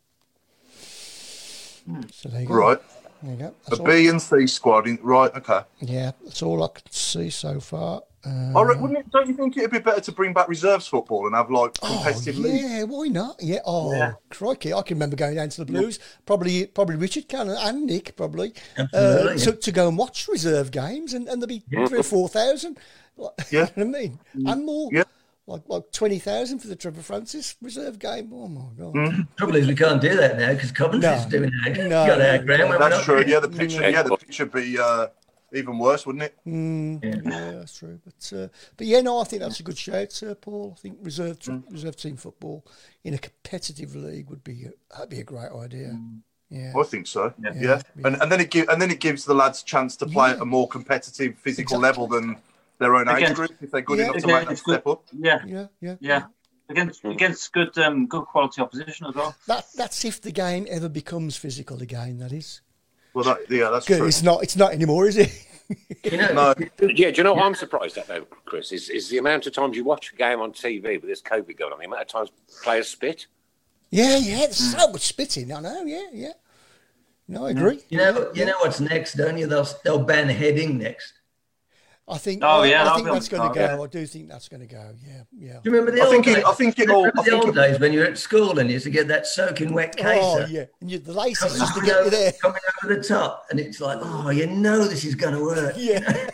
S9: So there you go.
S6: Right,
S9: There you go. That's
S6: a
S9: all,
S6: B and C squad. In, right, okay.
S9: yeah, that's all I can see so far. Uh,
S6: All right, wouldn't it, don't you think it'd be better to bring back reserves football and have like
S9: Oh,
S6: competitive leagues?
S9: yeah, why not? Yeah. Oh, crikey! I can remember going down to the Blues. Probably, probably Richard can and Nick probably uh,
S8: Absolutely.
S9: to, to go and watch reserve games, and, and there'd be three or four thousand. Like,
S6: Yeah. Mm.
S9: you know what I mean, and more.
S6: Yeah.
S9: Like like twenty thousand for the Trevor Francis reserve game. Oh my god!
S8: Hmm? Trouble is, we can't do that now because Coventry's
S9: No.
S8: doing that.
S9: No.
S8: got our ground. we're
S6: That's
S8: not-
S6: true. Yeah, the picture.
S4: Yeah.
S6: Yeah, the picture would be uh, even worse, wouldn't it?
S9: Yeah, that's true. But uh, but yeah, no, I think that's a good shout, Sir Paul. I think reserve tr-
S8: Hmm.
S9: reserve team football in a competitive league would be a, that'd be a great idea.
S8: Hmm.
S9: Yeah.
S6: I think so. Yeah,
S9: Yeah.
S6: And, and then it gives and then it gives the lads a chance to play at a more competitive physical level than their own age
S5: Again.
S6: group if they're good
S9: Yeah.
S6: enough to
S5: Again,
S6: make that
S5: it's good.
S6: step up.
S5: Yeah.
S9: Yeah, yeah,
S5: Yeah. Against against good um, good quality opposition as well.
S9: That that's if the game ever becomes physical again. That is.
S6: Well, that, yeah, that's
S9: Good.
S6: true.
S9: It's not. It's not anymore, is it?
S8: You know,
S6: No,
S4: Yeah, do you know what I'm surprised at though, Chris? Is, is the amount of times you watch a game on TV with this COVID going on, the amount of times players spit.
S9: yeah, yeah. There's so much spitting. I know. Yeah, yeah. No, I agree.
S8: you know, you know what's next, don't you? They'll they'll ban heading next.
S9: I think.
S5: Oh,
S9: I,
S5: yeah,
S9: I
S5: that'll
S9: think
S5: be on
S9: that's going to
S5: the
S9: go. I do think that's going to go. Yeah, yeah.
S8: Do you remember the
S6: I
S8: old
S6: think
S8: days?
S6: it- I think it
S8: Do you
S6: all-
S8: remember
S6: I
S8: the
S6: think
S8: old
S6: it-
S8: days when you were at school and you used to get that soaking wet case.
S9: Oh, yeah. And you, the laces
S8: coming
S9: used to
S8: over,
S9: get you there.
S8: coming over the top, and it's like, oh, you know this is going to work.
S9: Yeah.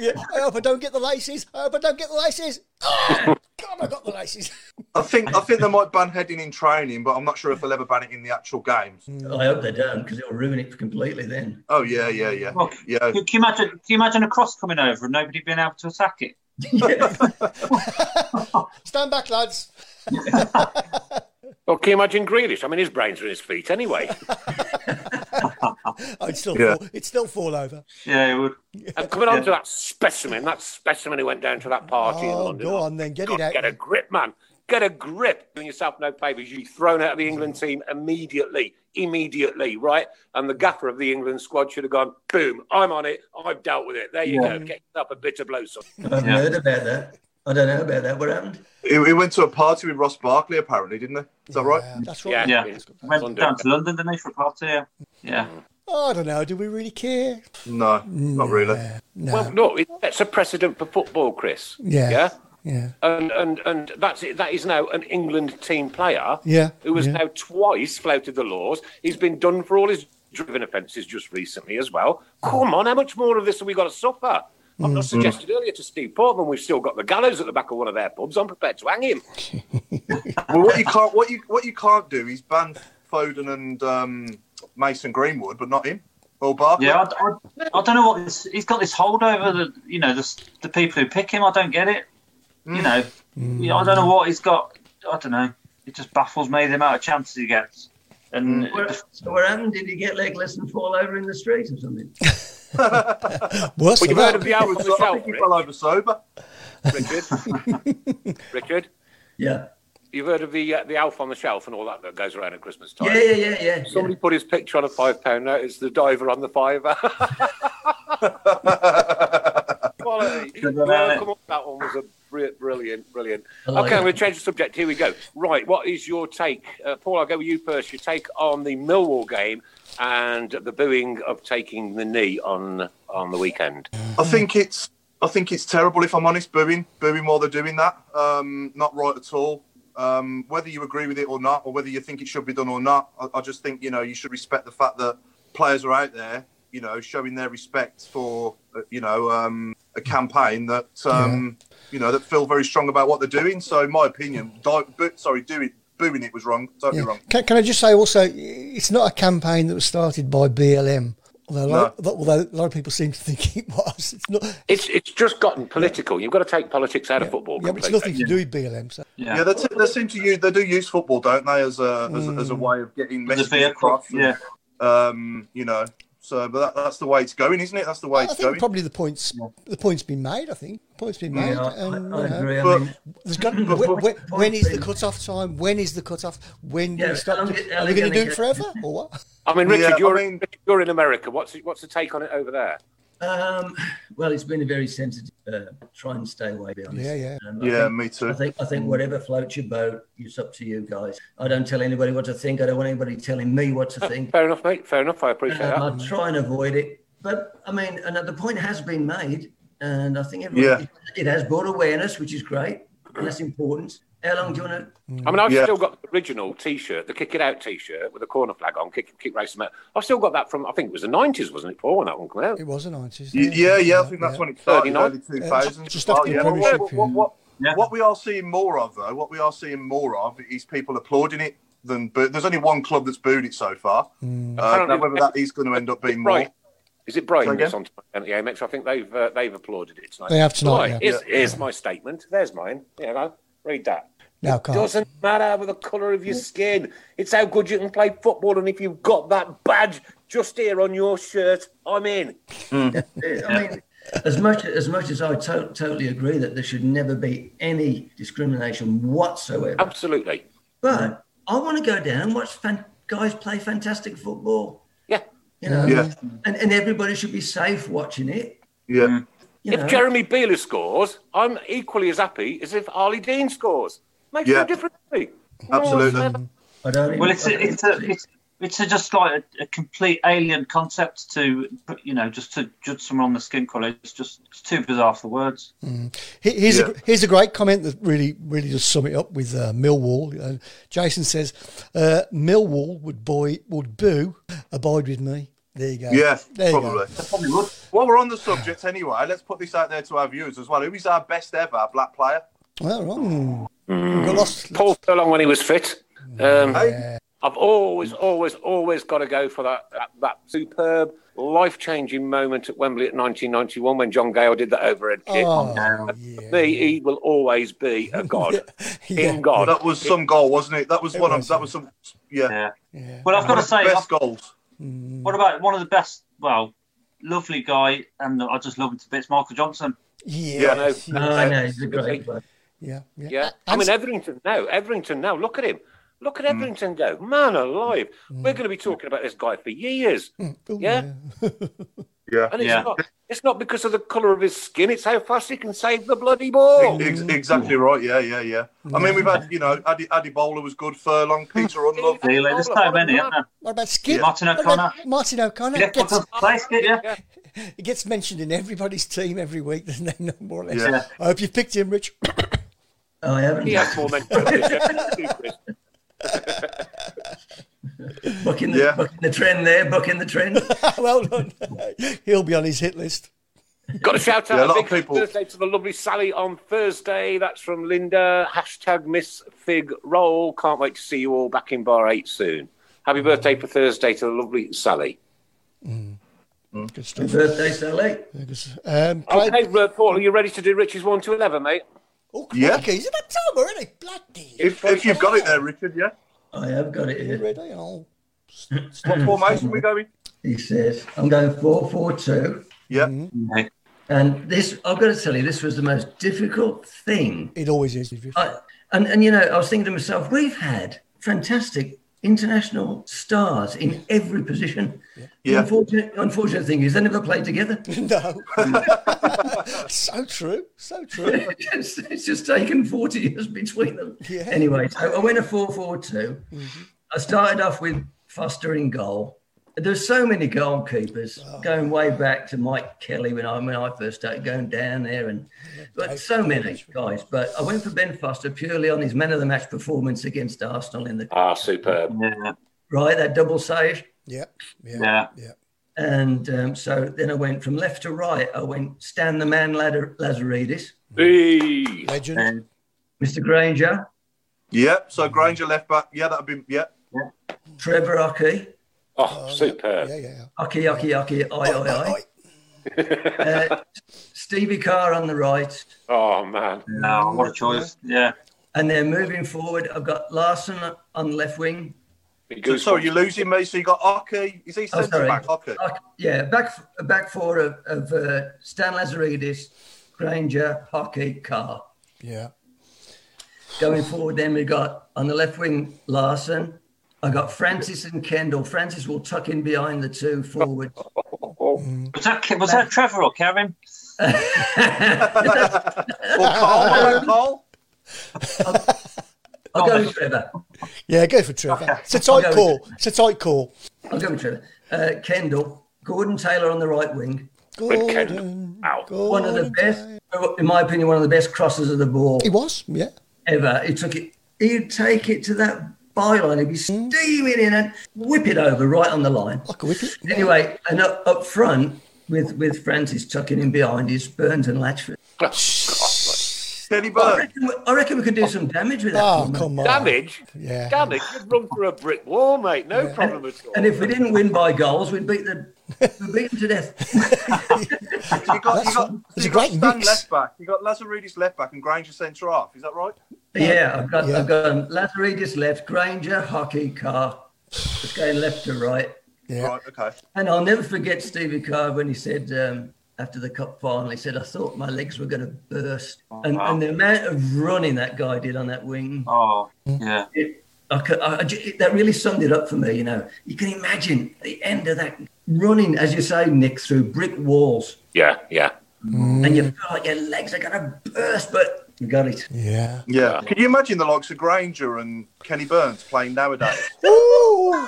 S9: yeah. I hope I don't get the laces. I hope I don't get the laces. Oh, God, I got the laces.
S6: I think I think they might ban heading in training, but I'm not sure if they'll ever ban it in the actual games.
S8: I hope they don't, because it'll ruin it completely. Then,
S6: Oh yeah, yeah, yeah,
S5: Well,
S6: yeah.
S5: Can, can you imagine? Can you imagine a cross coming over and nobody being able to attack it?
S8: yeah,
S9: Stand back, lads.
S4: Well, can you imagine Grealish? I mean, his brains are in his feet anyway.
S9: Oh, it's still.
S6: Yeah.
S9: Fall, it's still fall over.
S5: Yeah, it would.
S4: And coming on to that specimen, that specimen who went down to that party in
S9: Oh,
S4: London.
S9: go on then, get it
S4: God,
S9: out.
S4: Get a grip, man. Get a grip, doing yourself no favours. You're thrown out of the
S9: Mm.
S4: England team immediately, immediately, right? And the gaffer of the England squad should have gone, boom, I'm on it. I've dealt with it. There you
S8: Yeah.
S4: go. Get yourself a bit of blow, son.
S8: I've heard about that. I don't know about that. What happened?
S6: He, he went to a party with Ross Barkley, apparently, didn't he? Is that right?
S9: That's
S4: right.
S5: Yeah. Went down to London, didn't they, for a party? Yeah. Yeah.
S9: Oh, I don't know. Do we really care?
S6: No, not really.
S4: Well, no, it, that's a precedent for football, Chris.
S9: Yeah.
S4: Yeah.
S9: Yeah.
S4: And and and that's it. That is now an England team player.
S9: Yeah,
S4: Who has
S9: yeah.
S4: now twice flouted the laws. He's been done for all his driven offences just recently as well.
S9: Oh.
S4: Come on, how much more of this have we got to suffer? I've
S9: Mm.
S4: not suggested earlier to Steve Portman we've still got the gallows at the back of one of their pubs. I'm prepared to hang him.
S6: Well, what you can't what you what you can't do is ban Foden and um, Mason Greenwood, but not him or Barkley.
S5: Yeah, I, I, I don't know what this. He's got this hold over the, you know, the, the people who pick him. I don't get it. You know, yeah, I don't know what he's got. I don't know. It just baffles me the amount of chances he gets. And
S8: What, what happened? Did he get legless and fall over in the street or something?
S9: Worse
S4: Well,
S9: than
S4: you've heard of
S9: that.
S4: the
S6: I
S4: album
S6: was- I
S4: yourself,
S6: think he fell over sober.
S4: Richard. Richard,
S8: Yeah.
S4: you've heard of the uh, the Alf on the shelf and all that that goes around at Christmas time.
S8: Yeah, yeah, yeah, yeah.
S4: Somebody put his picture on a five pound note. It's the diver on the fiver. Quality.
S5: Good one,
S4: Well,
S5: Alex.
S4: come on, that one was a bri- brilliant, brilliant.
S8: I like
S4: okay, I'm
S8: it.
S4: going to change the subject. Here we go. Right, what is your take, uh, Paul? I'll go with you first. Your take on the Millwall game and the booing of taking the knee on on the weekend.
S6: I think it's I think it's terrible if I'm honest. Booing, booing while they're doing that, um, not right at all. Um, whether you agree with it or not, or whether you think it should be done or not, I, I just think you know you should respect the fact that players are out there, you know, showing their respect for uh, you know um, a campaign that um, you know that feel very strong about what they're doing. So, in my opinion, di- boo- sorry, doing booing it was wrong. Don't
S9: Yeah.
S6: be wrong.
S9: Can, can I just say also, it's not a campaign that was started by BLM. Although a, lot, although a lot of people seem to think it was. It's not.
S4: It's it's just gotten political. You've got to take politics out of football.
S9: Yeah, but it's
S4: completely.
S9: nothing to do with BLM. So.
S6: Yeah, they, t- they seem to use they do use football, don't they, as a as, a as a way of getting
S5: the
S6: messages
S5: vehicle.
S6: across. and-
S5: Yeah.
S6: um, you know. So, but that, that's the way it's going, isn't it? That's the way
S9: I
S6: it's
S9: think
S6: going.
S9: probably the points the point's been made. I think point's been made.
S8: Yeah, I,
S9: and, uh,
S8: I, I
S9: you know,
S8: agree. I
S6: But-
S8: mean,
S9: There's got,
S8: But-
S9: when,
S8: but-
S9: when- when is the
S8: but-
S9: cut-off time? When is the cut-off? When do
S8: Yeah,
S9: we stop?
S8: I'm
S9: Are
S8: get-
S9: we going to do
S8: I'm
S9: it forever or what?
S4: I mean,
S6: Yeah,
S4: Richard,
S6: I
S4: you're
S6: mean-
S4: Richard, you're in America. What's what's the take on it over there?
S8: um, well, it's been a very sensitive. Uh, try and stay away, be honest.
S9: Yeah, yeah.
S8: Um, I
S6: Yeah,
S8: think-
S6: me
S8: I
S6: too.
S8: think I think whatever floats your boat, it's up to you guys. I don't tell anybody what to think. I don't want anybody telling me what to think.
S4: Fair enough, mate. Fair enough. I appreciate that.
S8: I try and avoid it, but I mean, another point has been made, and I think everyone,
S6: Yeah.
S8: it, it has brought awareness, which is great. And that's important. How long do you want to?
S4: I mean, I've
S6: Yeah.
S4: still got the original T-shirt, the "Kick It Out" T-shirt with the corner flag on, kick, kick race them out. I've still got that from I think it was the nineties, wasn't it, Paul? When that one came out.
S9: It was the nineties.
S6: Y- Yeah, yeah. I think that's when it started,
S4: 39.
S6: early two thousands.
S9: Just after the
S6: yeah.
S9: Premiership,
S6: what, what, what, what,
S5: yeah.
S6: what we are seeing more of, though, what we are seeing more of is people applauding it. Than boo- there's only one club that's booed it so far.
S9: Hmm.
S6: Uh, I don't know whether that is going to end up being more.
S4: Bright. Is it Brighton
S6: Say
S4: that's on tonight at the Amex? I think they've uh, they've applauded it tonight.
S9: They have tonight,
S4: Right,
S9: yeah.
S4: Here's, here's my statement. There's mine. You know, read that.
S9: Now, Carl.
S4: Doesn't matter with the colour of your skin. It's how good you can play football, and if you've got that badge just here on your shirt, I'm in.
S8: I mean, as much as much as I to- totally agree that there should never be any discrimination whatsoever.
S4: Absolutely.
S8: But I want to go down and watch fan- guys play fantastic football.
S4: Yeah.
S8: You know,
S6: Yeah.
S8: and, and everybody should be safe watching it.
S6: Yeah,
S8: You
S4: If
S8: know,
S4: Jeremy Beale scores, I'm equally as happy as if Harley Dean scores. Makes
S6: Yeah.
S4: no difference to me. No
S6: absolutely.
S4: whatsoever.
S8: I don't. even-
S5: Well, it's
S8: I
S5: a,
S8: don't
S5: it's
S8: even
S5: a,
S8: see-
S5: it's it's a just like a, a complete alien concept to you know just to judge someone on the skin colour. It's just it's too bizarre for words.
S9: He- Here's,
S6: Yeah.
S9: a, here's a great comment that really, really does sum it up with uh, Millwall. Uh, Jason says, uh, Millwall would boy would boo, abide with me. There you go.
S6: Yeah,
S9: there you
S6: probably.
S9: go.
S5: Probably would.
S6: While we're on the subject, anyway, let's put this out there to our viewers as well. Who is our best ever black player?
S9: Well, right. We got lost.
S4: Paul Furlong when he was fit. Um,
S6: Hey,
S4: I've always, always, always got to go for that that, that superb life changing moment at Wembley at 1991 when John Gale did that overhead kick.
S9: Oh,
S4: And For me, he will always be a god.
S9: yeah.
S4: In God.
S6: that was some goal, wasn't it? That was one of
S9: was,
S6: that was some. Yeah,
S5: Yeah. Well, I've got to
S6: one of the
S5: say, I've-
S6: best goals.
S5: what about one of the best? Well, lovely guy, and I just love him to bits. Michael Johnson.
S9: Yeah.
S4: I know.
S9: Yes.
S8: No, I know. He's a great player.
S9: Yeah. Yeah.
S4: Yeah, I mean Everington now. Everington now. Look at him. Look at Everington go. Man alive, we're going to be talking about this guy for years. yeah?
S6: Yeah.
S4: and it's
S5: Yeah.
S4: not. It's not because of the colour of his skin. It's how fast he can save the bloody ball.
S6: Ex- exactly right. Yeah, yeah, yeah. I mean, we've had you know, Addy, Addy Bowler was good. Furlong, Peter Unlove.
S5: See, like, There's so many, isn't there?
S9: What about Skip?
S5: Martin
S9: What about
S5: O'Connor.
S9: Martin O'Connor
S5: Yeah,
S9: gets,
S5: place, yeah.
S9: it gets mentioned in everybody's team every week, doesn't it? No more or less.
S6: Yeah.
S9: I hope you picked him, Rich.
S8: Oh, I haven't.
S4: He has more mental issues.
S8: Bucking the,
S6: Yeah.
S8: bucking the trend there, bucking the trend.
S9: well done. He'll be on his hit list.
S4: Got to shout out
S6: Yeah, a
S4: a,
S6: lot
S4: big
S6: of people-
S4: birthday to the lovely Sally on Thursday. That's from Linda. Hashtag Miss Fig Roll. Can't wait to see you all back in Bar 8 soon. Happy birthday for Thursday to the lovely Sally.
S9: Good stuff.
S8: Birthday so late.
S9: Very good stuff. Um, Craig-
S4: Okay, Ru- Paul, are you ready to do Richie's 1 to 11, mate?
S9: Oh,
S6: Yeah.
S9: crikey, he's about time already. Bloody.
S6: If, if you've got it there, Richard. Yeah.
S8: I have got it here.
S9: Already, oh.
S6: What formation we going?
S8: He says, I'm going 4 4 2.
S6: Yeah.
S8: And this, I've got to tell you, this was the most difficult thing
S9: It always is. if you-
S8: I, and, and you know, I was thinking to myself, we've had fantastic international stars in every position.
S6: Yeah.
S8: The unfortunate, unfortunate thing is they never played together.
S9: No. so true. So true.
S8: it's, it's just taken 40 years between them.
S9: Yeah.
S8: Anyway, so I went a 4 4 2. I started off with Foster in goal. There's so many goalkeepers going way back to Mike Kelly when I when I first started going down there, and but so many guys. But I went for Ben Foster purely on his man of the match performance against Arsenal in the
S4: Ah, superb.
S5: Yeah,
S8: right that double save.
S9: Yeah. Yeah.
S5: yeah.
S9: Yeah.
S8: And um, so then I went from left to right. I went Stan the Man Lazar- Lazaridis,
S4: Hey.
S9: Legend.
S5: And
S8: Mr. Granger,
S6: Yeah. So Granger left back. Yeah, that'd be yeah.
S8: Trevor Ockey,
S4: Oh, superb.
S9: Yeah, yeah, yeah.
S8: Ockey, Ockey, Ockey, I, I, I.
S9: Oi.
S8: Uh, Stevie Carr on the right.
S4: Oh, man.
S5: no, what a choice. Yeah.
S8: And then moving forward, I've got Larson on the left wing.
S4: Big
S6: So,
S4: goose-
S6: sorry, you're losing me. So you got Oki. Is he
S8: Oh,
S6: centre
S8: sorry.
S6: back? Oki.
S8: Ock- yeah, back a back four of, of uh, Stan Lazaridis, Granger, Hockey, Carr.
S9: Yeah.
S8: Going forward, then we got on the left wing Larson. I got Francis and Kendall. Francis will tuck in behind the two forward.
S5: Was that was that Trevor or Kevin?
S6: Or Carl? What about Carl?
S8: I'll go with Trevor.
S9: Yeah, go for Trevor. It's a tight
S8: I'll go
S9: call.
S8: with-
S9: It's a tight call.
S8: I'll go with Trevor. Uh, Kendall, Gordon Taylor on the right wing.
S4: Good Ken.
S9: Gordon.
S4: Ow.
S8: One of the
S9: Gordon
S8: best,
S9: Taylor.
S8: in my opinion, one of the best crosses of the ball
S9: He was, yeah.
S8: ever. He took it. He'd take it to that byline. He'd be
S9: Hmm?
S8: steaming in and whip it over right on the line.
S9: Like a whippet.
S8: Anyway, and up, up front with with Francis tucking in behind is Burns and Latchford.
S6: Kenny
S8: I
S6: Burke.
S8: reckon, I reckon we could do some damage with that.
S9: Oh,
S8: format.
S9: come on.
S4: Damage?
S9: Yeah.
S4: Damage? You'd run through a brick wall, mate. No problem at all.
S8: And if we didn't win by goals, we'd beat the we'd beat them to death.
S6: You got, you
S9: That's-
S6: got,
S9: it's
S6: you
S9: a
S6: got
S9: great
S6: Stan
S9: mix.
S6: left back. You got Lazaridis left back and Granger centre half. Is that right?
S8: yeah, I've got
S9: Yeah.
S8: I've got Lazaridis left, Granger, Hockey, Carr. It's going left to right.
S9: Yeah.
S6: Right. Okay.
S8: And I'll never forget Stevie Carr when he said um, after the cup final, he said, "I thought my legs were going to burst," and, and the amount of running that guy did on that wing,
S5: Oh,
S9: Mm.
S5: yeah.
S8: it, I could, I, I ju- it- that really summed it up for me. You know, you can imagine the end of that running, as you say, Nick, through brick walls,
S4: Yeah, yeah.
S8: and you feel like your legs are going to burst, but you got it.
S9: Yeah.
S6: Yeah. Can you imagine the likes of Granger and Kenny Burns playing nowadays?
S9: Ooh.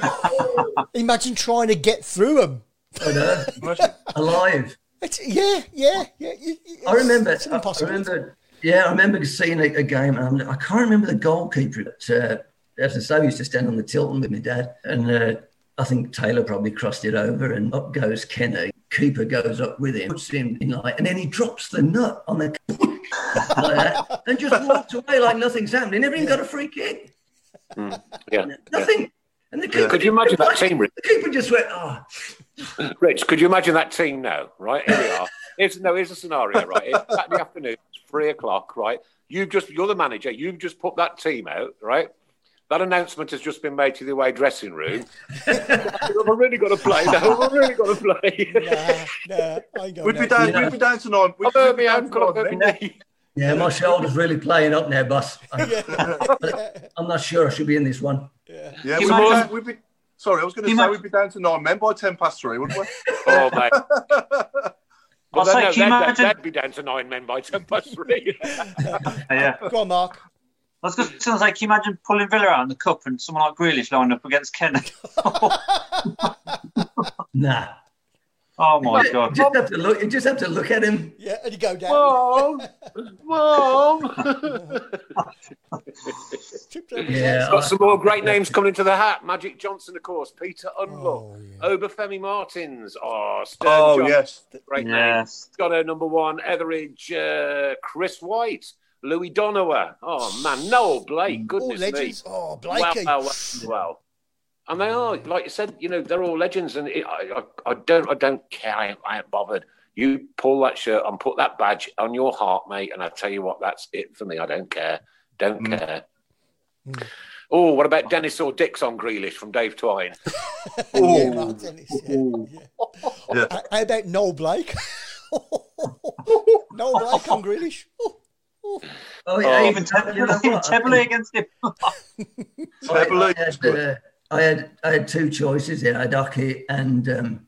S9: Imagine trying to get through them.
S8: I know,
S6: Imagine.
S8: alive.
S9: It's, yeah, yeah, yeah. you- you-
S8: I remember.
S9: It's
S8: I, I
S9: impossible.
S8: remember. Yeah, I remember seeing a, a game. And I'm, I can't remember the goalkeeper. But, uh, as I say, we used to stand on the Tilton with my dad, and uh, I think Taylor probably crossed it over, and up goes Kenny. Keeper goes up with him, puts him in like, and then he drops the nut on the like that, and just walks away like nothing's happened. He never even got a free kick.
S4: Yeah. yeah.
S8: Nothing. And the keeper,
S4: Could you imagine that team, Rick?
S8: The keeper just went, oh,
S4: Rich, could you imagine that team now? Right here we are. Here's, no, here's a scenario. Right, it's Saturday afternoon, it's three o'clock. Right, you've just you're the manager. You've just put that team out. Right, that announcement has just been made to the away dressing room. I've really got to play. No, I've really got to play.
S9: Nah, nah, I ain't going
S6: We'd be
S9: there.
S6: down. We'd be down to nine. We'd,
S4: I've hurt
S6: we'd be
S4: my
S6: down to
S4: ankle. I've
S6: nine
S4: hurt
S6: men.
S4: my knee.
S8: Yeah, my shoulder's really playing up now, boss. I, am not sure I should be in this one.
S6: Yeah,
S8: He
S6: we'd be,
S8: might-
S6: down, we'd be. Sorry, I was going to
S8: He
S6: say
S8: might-
S6: we'd be down to nine men by ten past three, wouldn't we?
S4: Oh, mate.
S6: I'll
S9: Oh,
S4: Well,
S6: say,
S4: then, no, that,
S6: can you
S4: that,
S6: imagine-
S4: that'd be down to nine men by ten past three.
S5: yeah.
S9: Go on, Mark.
S5: I was going to say, can you imagine pulling Villa out in the cup and someone like Grealish lined up against Kenny?
S8: nah.
S5: Oh my
S8: You
S5: god!
S8: just have to look. You just have to look at him.
S9: Yeah, and you go down.
S8: Mom,
S4: mom.
S8: Yeah,
S4: got
S8: I-
S4: some more great names coming into the hat. Magic Johnson, of course. Peter Unlock. Oberfemi Martins. Oh, Stern
S6: Oh,
S4: Johnson.
S6: yes.
S4: Great
S6: Yes.
S4: name. Jono number one. Etheridge. Uh, Chris White. Louis Donowa. Oh, man. Noel
S6: Mm.
S4: Blake. Goodness
S9: legends.
S4: me.
S9: Oh,
S4: Wow,
S9: Blakey.
S4: wow, wow, wow. And they are, like you said, you know, they're all legends, and it, I, I, I don't, I don't care. I, ain't- I ain't bothered. You pull that shirt and put that badge on your heart, mate, and I tell you what, that's it for me. I don't care. Don't care. Oh, what about Dennis or Dix on Grealish from Dave Twine?
S9: Yeah, Mark Dennis, yeah, yeah.
S6: Yeah.
S9: How- How about Noel Blake? Noel Blake on Grealish.
S8: Oh, yeah,
S4: Oh.
S8: even Tebbley, you know
S5: Even
S8: what?
S5: Tebbley against him.
S8: I, I, had, uh, I had I had two choices here. I had Aki and um,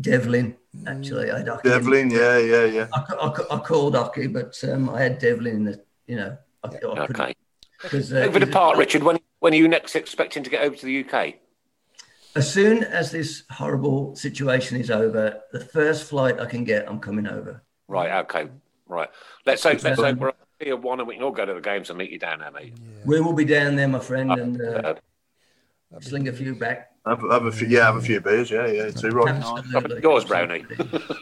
S8: Devlin.
S4: Mm.
S8: Actually, I had Aki.
S6: Devlin, yeah, yeah, yeah.
S8: I, ca- I, ca- I called Aki, but um, I had Devlin in the. You know, I, I couldn't-
S4: Okay.
S8: 'cause, uh,
S4: Over
S8: he's
S4: the
S8: a-
S4: part, Richard. When when are you next expecting to get over to the UK?
S8: As soon as this horrible situation is over, the first flight I can get, I'm coming over.
S4: Right. Okay. Right. Let's hope. Let's
S8: Um,
S4: hope we're on tier one, and we can all go to the games and meet you down there, mate.
S8: We will be down there, my friend, and uh,
S4: Uh,
S8: sling a few back.
S6: Have, have a few, yeah, have a few beers, yeah, yeah, too right.
S8: Absolutely.
S4: yours, Brownie.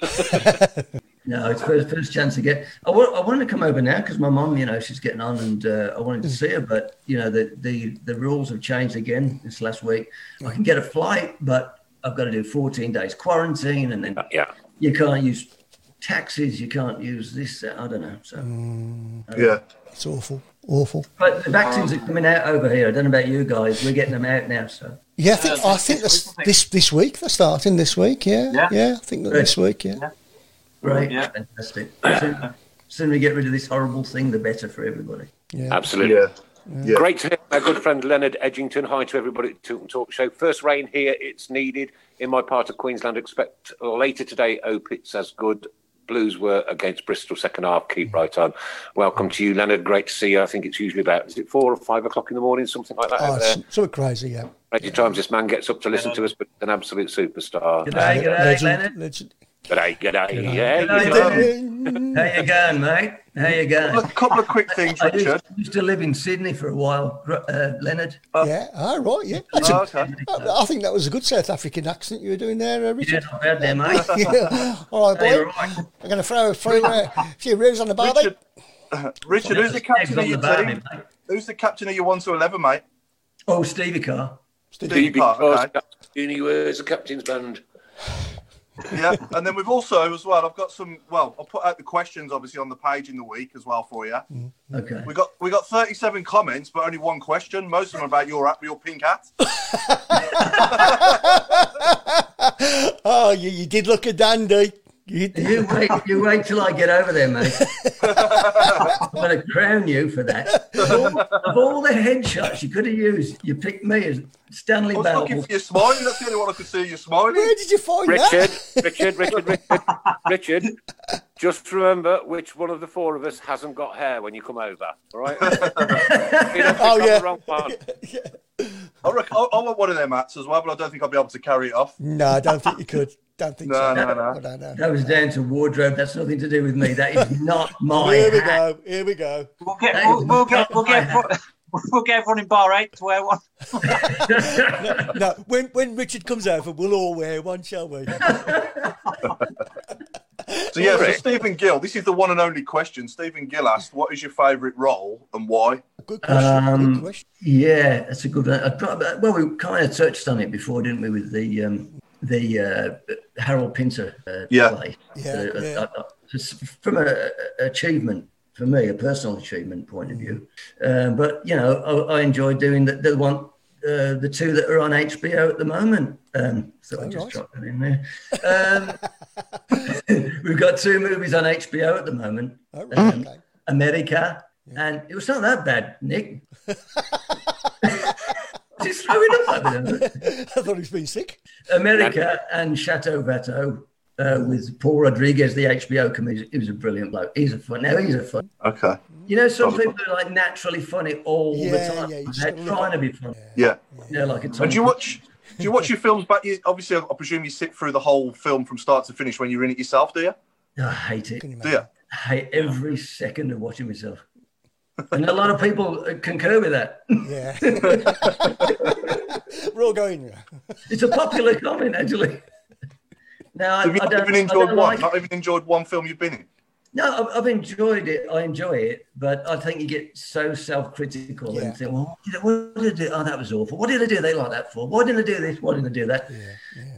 S8: No, it's first, first chance to get. I want, I wanted to come over now because my mum, you know, she's getting on, and uh, I wanted to see her. But you know, the, the the rules have changed again this last week. I can get a flight, but I've got to do 14 days quarantine, and then
S4: yeah.
S8: you can't use taxis, you can't use this. that, I don't know. So.
S6: Yeah.
S9: It's awful, awful.
S8: But the vaccines are coming out over here. I don't know about you guys. We're getting them out now, so
S9: Yeah, I think I think that's this this week they're starting this week. Yeah, yeah,
S5: Yeah.
S9: I think that this week. Yeah,
S8: great,
S5: Yeah.
S8: fantastic. Soon, soon we get rid of this horrible thing, the better for everybody.
S4: Absolutely.
S6: Yeah. Yeah.
S4: Great to hear from our good friend Leonard Edgington. Hi to everybody at Tilton Talk Show. First rain here, it's needed. In my part of Queensland, expect later today, Opitz as good. Blues were against Bristol second half.
S9: Mm.
S4: Keep right on. Welcome to you, Leonard. Great to see you. I think it's usually about, is it four or five o'clock in the morning, something like that?
S9: oh,
S4: out there.
S9: it's sort of crazy. Yeah,
S4: Plenty of times this man gets up to listen to us, but he's an absolute superstar.
S8: G'day, g'day,
S9: legend,
S8: Leonard.
S9: legend.
S4: G'day, g'day. Yeah,
S8: G'day,
S4: you
S8: Leonard.
S4: know.
S8: How you going, mate? How you
S6: A
S8: going?
S6: couple of quick things,
S8: I used,
S6: Richard.
S8: used to live in Sydney for a while, gr- uh, Leonard.
S9: yeah, all right. Yeah, That's a-
S6: Oh, okay.
S9: I I think that was a good South African accent you were doing there, uh,
S8: Yeah,
S9: Richard.
S8: not bad there, mate.
S9: Yeah. All right,
S8: Hey,
S9: boy.
S8: you're right.
S9: I'm going to throw a few, uh, few ribs on the barbie.
S6: Richard, Richard, who's the captain of
S8: on the
S6: your
S8: bar,
S6: team?
S8: mate.
S6: Who's the captain of your one to eleven, mate?
S8: Oh, Stevie Carr.
S6: Steve Clark, okay.
S4: Uni wears the captain's band.
S6: yeah, and then we've also as well. I've got some. Well, I'll put out the questions obviously on the page in the week as well for you.
S8: Okay.
S6: We got we got thirty seven comments, but only one question. Most of them are about your hat- your pink hat.
S9: Oh, you, you did look a dandy. You did.
S8: You wait, you wait till I get over there, mate. I'm going to crown you for that. Of all, of all the headshots you could have used, you picked me as Stanley
S6: I was
S8: Bell.
S6: looking for your smiling. That's the only one I could see you smiling.
S9: Where did you find
S4: Richard,
S9: that?
S4: Richard, Richard, Richard, Richard. Just remember which one of the four of us hasn't got hair when you come over. All right?
S9: Oh,
S4: oh
S9: yeah.
S4: The wrong one.
S6: I, reckon, I, I want one of them hats as well, but I don't think I'll be able to carry it off.
S9: No, I don't think you could. Don't think
S6: No,
S9: so.
S6: no, no.
S9: no, no.
S8: That was down to wardrobe. That's nothing to do with me. That is not my
S9: Here we
S8: hat.
S9: go. Here we go.
S5: We'll get we'll, we'll get we'll get we'll get everyone in bar eight to wear one.
S9: No, when when Richard comes over, we'll all wear one, shall we?
S6: So yeah, so
S4: Rick.
S6: Stephen Gill. This is the one and only question. Stephen Gill asked, "What is your favourite role and why?"
S9: Good question. good question.
S8: Um, Yeah, that's a good one. I prob- uh, well, we kind of touched on it before, didn't we, with the um, the uh, Harold Pinter uh,
S6: Yeah.
S8: play?
S9: Yeah,
S8: Uh,
S9: yeah.
S8: I- I- it's from a, a- achievement for me, a personal achievement point of view. Um, but you know, I, I enjoy doing the, the one, uh, the two that are on HBO at the moment. Um, so I just
S9: right.
S8: dropped that in there. Um, we've got two movies on HBO at the moment.
S9: All right,
S8: Um,
S9: okay.
S8: America, and it was not that bad, Nick. Just throwing up at them.
S9: I thought he's been sick.
S8: America and Chateau Veto uh, with Paul Rodriguez, the HBO comedian. He was a brilliant bloke. He's a fun. Now he's a fun.
S6: Okay.
S8: You know, some people are like naturally funny all
S9: Yeah,
S8: the time.
S9: yeah, you just
S8: They're
S9: gotta look
S8: trying to be funny. Yeah,
S6: Yeah.
S8: like a. Tom
S6: And do you watch? Do you watch your films back? You, obviously, I presume you sit through the whole film from start to finish when you're in it yourself, do you?
S8: I hate it.
S9: Can you
S6: Do
S9: imagine?
S6: you?
S8: I hate every second of watching myself. And a lot of people uh, concur with that.
S9: Yeah. We're all going. yeah.
S8: It's a popular comment, actually. No, I,
S6: Have you
S8: I
S6: not
S8: don't,
S6: even
S8: I
S6: enjoyed
S8: don't
S6: one?
S8: like
S6: Not even enjoyed one film you've been in.
S8: No, I've, I've enjoyed it. I enjoy it, but I think you get so self-critical
S9: Yeah.
S8: and think, well, what did, I, what did I do? Oh, that was awful. What did I do? They like that for? Why did I do this? Why did I do that?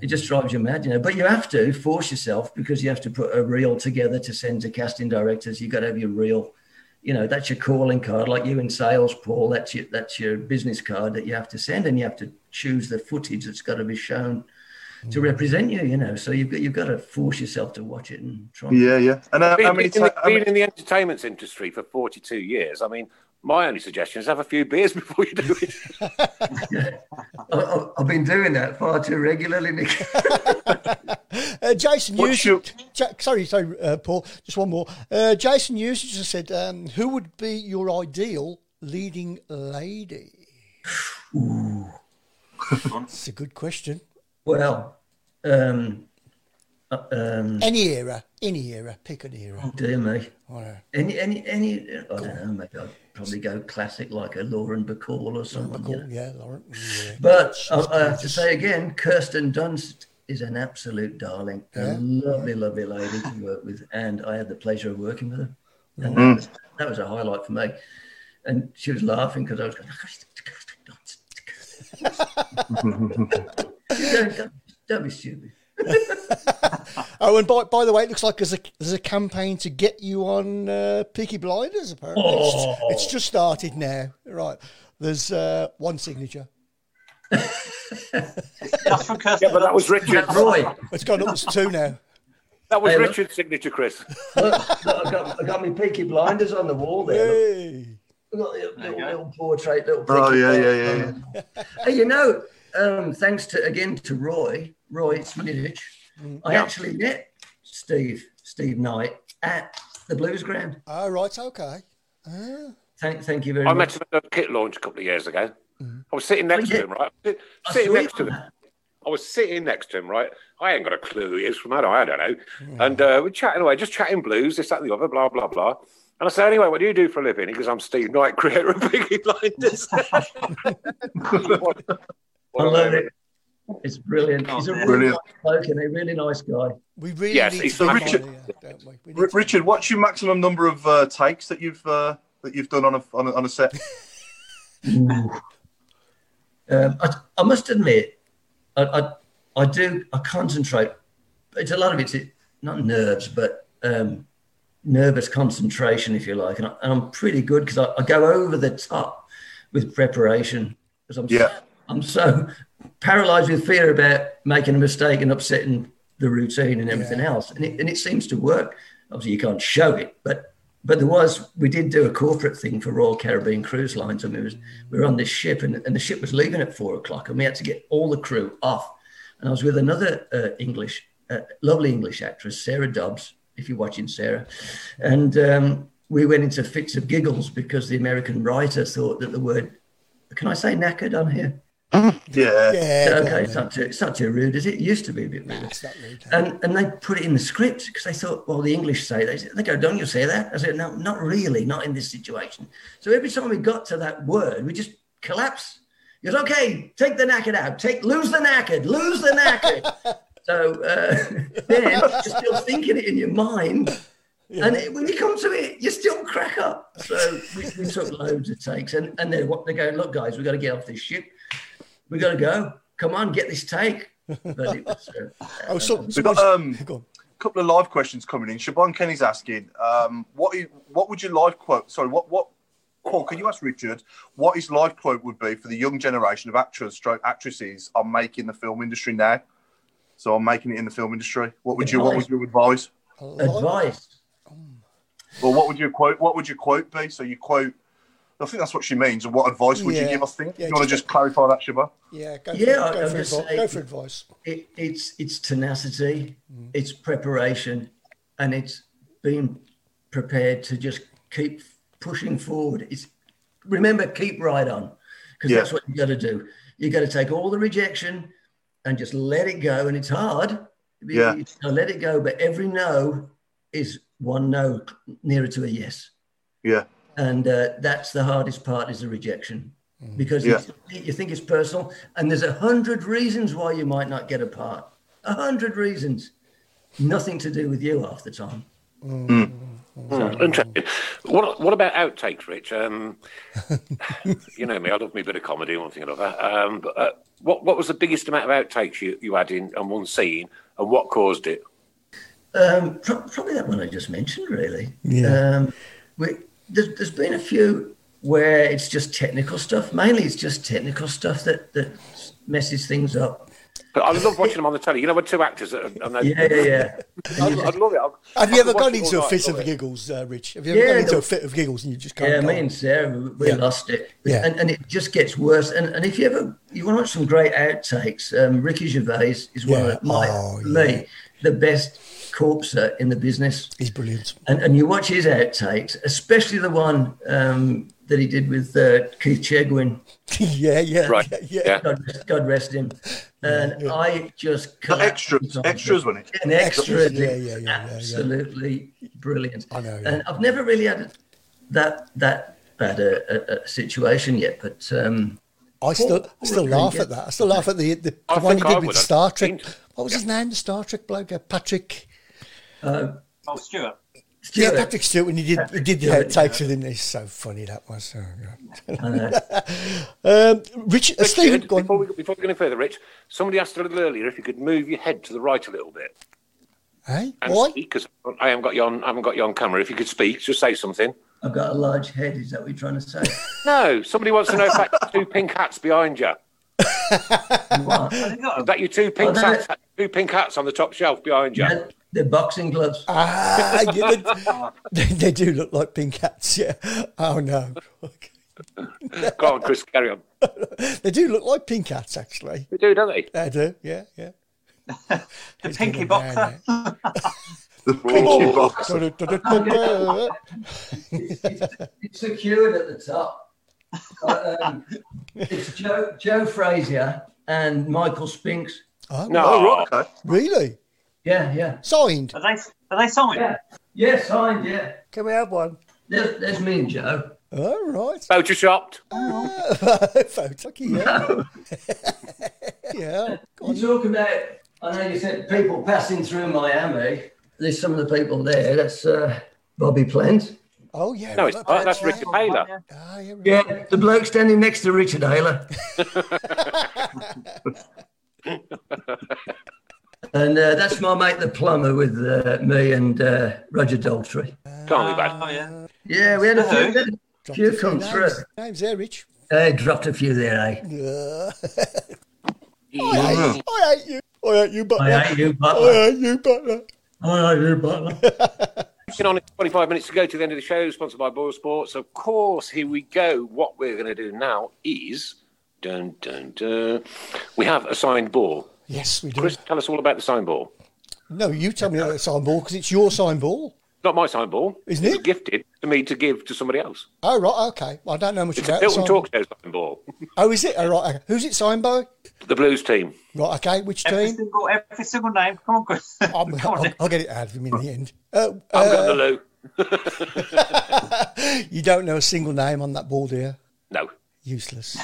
S8: It just drives you mad, you know. But you have to force yourself because you have to put a reel together to send to casting directors. You've got to have your reel. You know, that's your calling card, like you in sales, Paul. That's your that's your business card that you have to send, and you have to choose the footage that's got to be shown to represent you. You know, so you've got you've got to force yourself to watch it and try. and-
S6: Yeah, yeah. And uh,
S4: Being,
S6: how many?
S4: in, the,
S6: ti- how many-
S4: being in the entertainment industry for 42 years, I mean, my only suggestion is have a few beers before you do it.
S8: I- I- I've been doing that far too regularly, Nick.
S9: Uh, Jason
S6: What's
S9: Hughes.
S6: your-
S9: Ja- sorry, sorry, uh, Paul. Just one more. Uh, Jason Hughes just said, um, "Who would be your ideal leading lady?" It's a good question.
S8: well, um, uh, um,
S9: Any era, any era, pick an era.
S8: oh dear me.
S9: Or
S8: Any, any, any. I don't know. Maybe I'd probably go classic like a Lauren Bacall or
S9: a
S8: someone. you
S9: cool,
S8: know.
S9: yeah, Lauren. yeah.
S8: But I, I have to say again, Kirsten Dunst is an absolute darling, a lovely, lovely lady to work with, and I had the pleasure of working with her. And that, was, that was a highlight for me. And she was laughing because I was going, "Oh, it's Kirsten Dunst, it's Kirsten Dunst." don't, don't, don't be stupid.
S9: Oh, and by, by the way, it looks like there's a there's a campaign to get you on uh, Peaky Blinders. Apparently, It's just-
S8: Oh.
S9: it's, just started now. Right, there's uh, one signature.
S5: That's from Kirsten.
S4: yeah, but that was Richard.
S8: Roy,
S9: It's gone up to two now.
S4: That was
S8: Hey, look.
S4: Richard's signature, Chris.
S8: look, look, I got I got my Peaky Blinders on the wall there. Look.
S9: Hey.
S8: Little, little, little portrait, little.
S6: Oh,
S8: picture.
S6: yeah, yeah, yeah,
S8: Hey, you know, um, thanks to again to Roy, Roy Smidich, I actually met Steve, Steve Knight at the Blues Ground.
S9: Oh, right, okay.
S8: Thank, thank you very
S4: I
S8: much.
S4: met him at the kit launch a couple of years ago. I was sitting next
S8: Oh, yeah.
S4: to him, right? Sit-
S8: I
S4: Sitting
S8: saw
S4: next
S8: you
S4: to him. I was sitting next to him, right? I ain't got a clue who he is from. I don't, I don't know. And uh, we're chatting away, just chatting blues, this, that, and the other, blah, blah, blah. And I said, anyway, what do you do for a living? He goes, I'm Steve Knight, creator of Biggie Blinders. What-
S8: I
S4: what a
S8: love
S4: moment.
S8: it. It's brilliant.
S4: Oh,
S8: He's a really
S6: Brilliant.
S8: nice bloke and a really nice guy.
S9: We really
S4: Yes,
S9: need
S4: it's
S9: to
S4: the
S9: get
S6: Richard-
S9: on here, don't we? we need
S6: R-
S9: to-
S6: Richard, what's your maximum number of uh, takes that you've uh, that you've done on a on a, on a set?
S8: Um, I, I must admit, I, I, I do, I concentrate. It's a lot of it's not nerves, but um, nervous concentration, if you like. And, I, and I'm pretty good because I, I go over the top with preparation because I'm,
S6: Yeah.
S8: so, I'm so paralyzed with fear about making a mistake and upsetting the routine and everything else. And it, and it seems to work. Obviously, you can't show it, but but there was we did do a corporate thing for Royal Caribbean Cruise Lines, and we was we were on this ship, and, and the ship was leaving at four o'clock, and we had to get all the crew off. And I was with another uh, English, uh, lovely English actress, Sarah Dobbs. If you're watching, Sarah, and um, we went into fits of giggles because the American writer thought that the word, can I say knackered on here?
S6: Yeah.
S9: Yeah, go on
S8: okay, it's
S9: then.
S8: not too, it's not too rude, is it? It used to be a bit rude.
S9: It's that rude.
S8: And, and they put it in the script because they thought, well, the English say that. They go, don't you say that? I said, no, not really, not in this situation. So every time we got to that word, we just collapse. He goes, okay, take the knackered out, take lose the knackered, lose the knackered. so uh, then you're still thinking it in your mind. And it, when you come to it, you still crack up. So we, we took loads of takes, and, and they what they go, look, guys, we've got to get off this ship. We've got to go. Come on, get this take. But it was, uh,
S9: Oh, so,
S6: We've got um,
S9: go on.
S6: a couple of live questions coming in. Siobhan Kenny's asking, um, what is, what would your live quote? Sorry, what what? Paul, can you ask Richard what his live quote would be for the young generation of actors, stroke actresses on making the film industry now? So I'm making it in the film industry. What would you? What would you advise?
S9: A lot-
S8: advice.
S6: Well, what would your quote? What would your quote be? So you quote. I think that's what she means. And what advice would you
S9: Yeah.
S6: give? I think.
S9: Yeah,
S6: you want to just clarify that, Shiba?
S9: Yeah, go
S8: yeah,
S9: for, go
S8: I- I
S9: for,
S8: would
S9: advi-
S8: say-
S9: go for advice. Mm-hmm.
S8: It, it's it's tenacity, it's preparation, and it's being prepared to just keep pushing forward. It's remember keep right on, because
S6: Yeah.
S8: that's what you got to do. You got to take all the rejection and just let it go. And it's hard. You-
S6: Yeah.
S8: you gotta let it go, but every no is one no nearer to a yes
S6: Yeah.
S8: and uh, that's the hardest part is the rejection because
S6: Yeah.
S8: you, you think it's personal and there's a hundred reasons why you might not get a part a hundred reasons nothing to do with you half the time
S4: Interesting. What what about outtakes, Rich? Um, you know me, I love me a bit of comedy, one thing or another. Um, but, uh, what what was the biggest amount of outtakes you, you had in on one scene, and what caused it?
S8: Um, pro- probably that one I just mentioned, really.
S10: Yeah.
S8: Um, we, there's, there's been a few where it's just technical stuff. Mainly, it's just technical stuff that that messes things up.
S4: But I love watching them on the telly. You know, when two actors are, and they,
S8: Yeah, yeah, yeah.
S4: I'd, I'd love it. I'd-
S9: Have you
S4: I'd
S9: ever
S4: watch
S9: gone
S4: it all
S9: into a
S4: night,
S9: fit
S4: love
S9: of
S4: it.
S9: giggles, uh, Rich? Have you ever
S8: Yeah,
S9: gone into
S8: the-
S9: a fit of giggles and you just can't?
S8: Yeah,
S9: go?
S8: me and Sarah, we- we
S9: Yeah.
S8: lost it.
S9: Yeah.
S8: And, and it just gets worse. And, and if you ever you want to watch some great outtakes, um, Ricky Gervais is one
S9: Yeah.
S8: of my,
S9: Oh,
S8: for me, the best corpser in the business.
S9: He's brilliant.
S8: And, and you watch his outtakes, especially the one um, that he did with uh, Keith Chegwin.
S9: yeah, yeah,
S4: Right.
S9: yeah,
S4: Yeah.
S9: yeah.
S8: God, God rest him. And I just collapsed
S6: extras-
S8: on
S6: extras,
S8: it.
S6: wasn't it?
S8: And extras,
S9: Yeah, yeah, yeah, yeah, yeah, yeah.
S8: absolutely brilliant.
S9: I know,
S8: And
S9: yeah.
S8: I've never really had that that bad a, a, a situation yet, but um,
S9: I still, I
S8: Paul
S9: still laugh
S8: Rodriguez.
S9: at that. I still laugh at the the,
S4: I
S9: the one he
S4: think I
S9: did with
S4: would have
S9: Star Trek.
S4: seen-
S9: What was his name? The Star Trek bloke, uh, Patrick.
S5: Oh, Stuart.
S8: Stuart,
S9: Yeah, Patrick Stewart. When he did, he did the
S8: Stewart,
S9: outtakes with him. It's so funny that was. Oh, God.
S8: I know.
S9: um, Richard, uh,
S4: Richard,
S9: Stephen, go on.
S4: before, we, before we go any further, Rich, somebody asked a little earlier if you could move your head to the right a little bit
S9: Hey,
S4: and
S9: why?
S4: because I haven't got you on. I haven't got you on camera. If you could speak, just say something.
S8: I've got a large head. Is that what you're trying to say?
S4: No, somebody wants to know if that two pink hats behind you.
S8: What?
S5: Have you got
S4: Is that your two pink
S8: Oh, no.
S4: hats? Two pink hats on the top shelf behind you.
S8: They're- They're boxing gloves.
S9: Ah, yeah, they, they- they do look like pink cats. Yeah. Oh no. Okay.
S4: Go on, Chris, carry on.
S9: They do look like pink cats, actually.
S4: They do, don't they?
S9: They do. Yeah, yeah.
S5: the pinky boxer?
S6: The pinky box.
S8: It's secured at the top. But, um, it's Joe, Joe Frazier and Michael Spinks.
S9: Oh,
S4: No,
S6: Oh, right. Okay.
S9: Really?
S8: Yeah, yeah.
S9: Signed.
S5: Are they are they signed?
S8: Yeah, yeah, signed, yeah.
S9: Can we have one?
S8: There's, there's me and Joe.
S9: All right.
S4: photoshopped.
S9: Photucky, yeah. yeah. go
S8: You
S9: on.
S8: talk about, I know you said people passing through Miami. There's some of the people there. That's uh, Bobby Plant.
S9: Oh, yeah.
S4: No, it's
S9: right,
S4: oh, that's
S9: yeah.
S4: Richard Taylor.
S9: Ah, yeah, right.
S8: Yeah, the bloke standing next to Richard Ayler. and uh, that's my mate, the plumber, with uh, me and uh, Roger Daltrey.
S4: Can't be bad.
S5: Oh yeah.
S8: Yeah, we had a few, had a
S9: Dropped
S8: few
S9: a few
S8: come through.
S9: names. Names there, Rich.
S8: Uh, dropped a few there, eh?
S9: Yeah.
S4: Yeah.
S9: I hate you. I hate you, Butler.
S8: I hate you,
S9: I
S8: Butler.
S9: hate you, Butler.
S8: I hate you, Butler.
S4: Looking on, it's 25 minutes to go to the end of the show, sponsored by Boyle Sports. Of course, here we go. What we're going to do now is dun, dun, dun. we have a signed ball.
S9: Yes, we do.
S4: Chris, tell us all about the signed ball.
S9: No, you tell me about the sign ball because it's your sign ball.
S4: Not my signed ball.
S9: Isn't
S4: was
S9: it?
S4: gifted to me to give to somebody else.
S9: Oh, right. Okay. Well, I don't know much
S4: It's a
S9: about the
S4: Hilton
S9: sign
S4: Talk Show signed ball.
S9: Oh, is it? All right. okay. Who's it signed by?
S4: the Blues team.
S9: Right. Okay. Which
S5: Every
S9: team?
S5: single every single name. Come on, Chris.
S9: I'm,
S5: Come on.
S9: I'll, I'll get it out of him in the end. Uh,
S4: I'm
S9: uh,
S4: going to Lou.
S9: you don't know a single name on that ball, do you?
S4: No.
S9: Useless.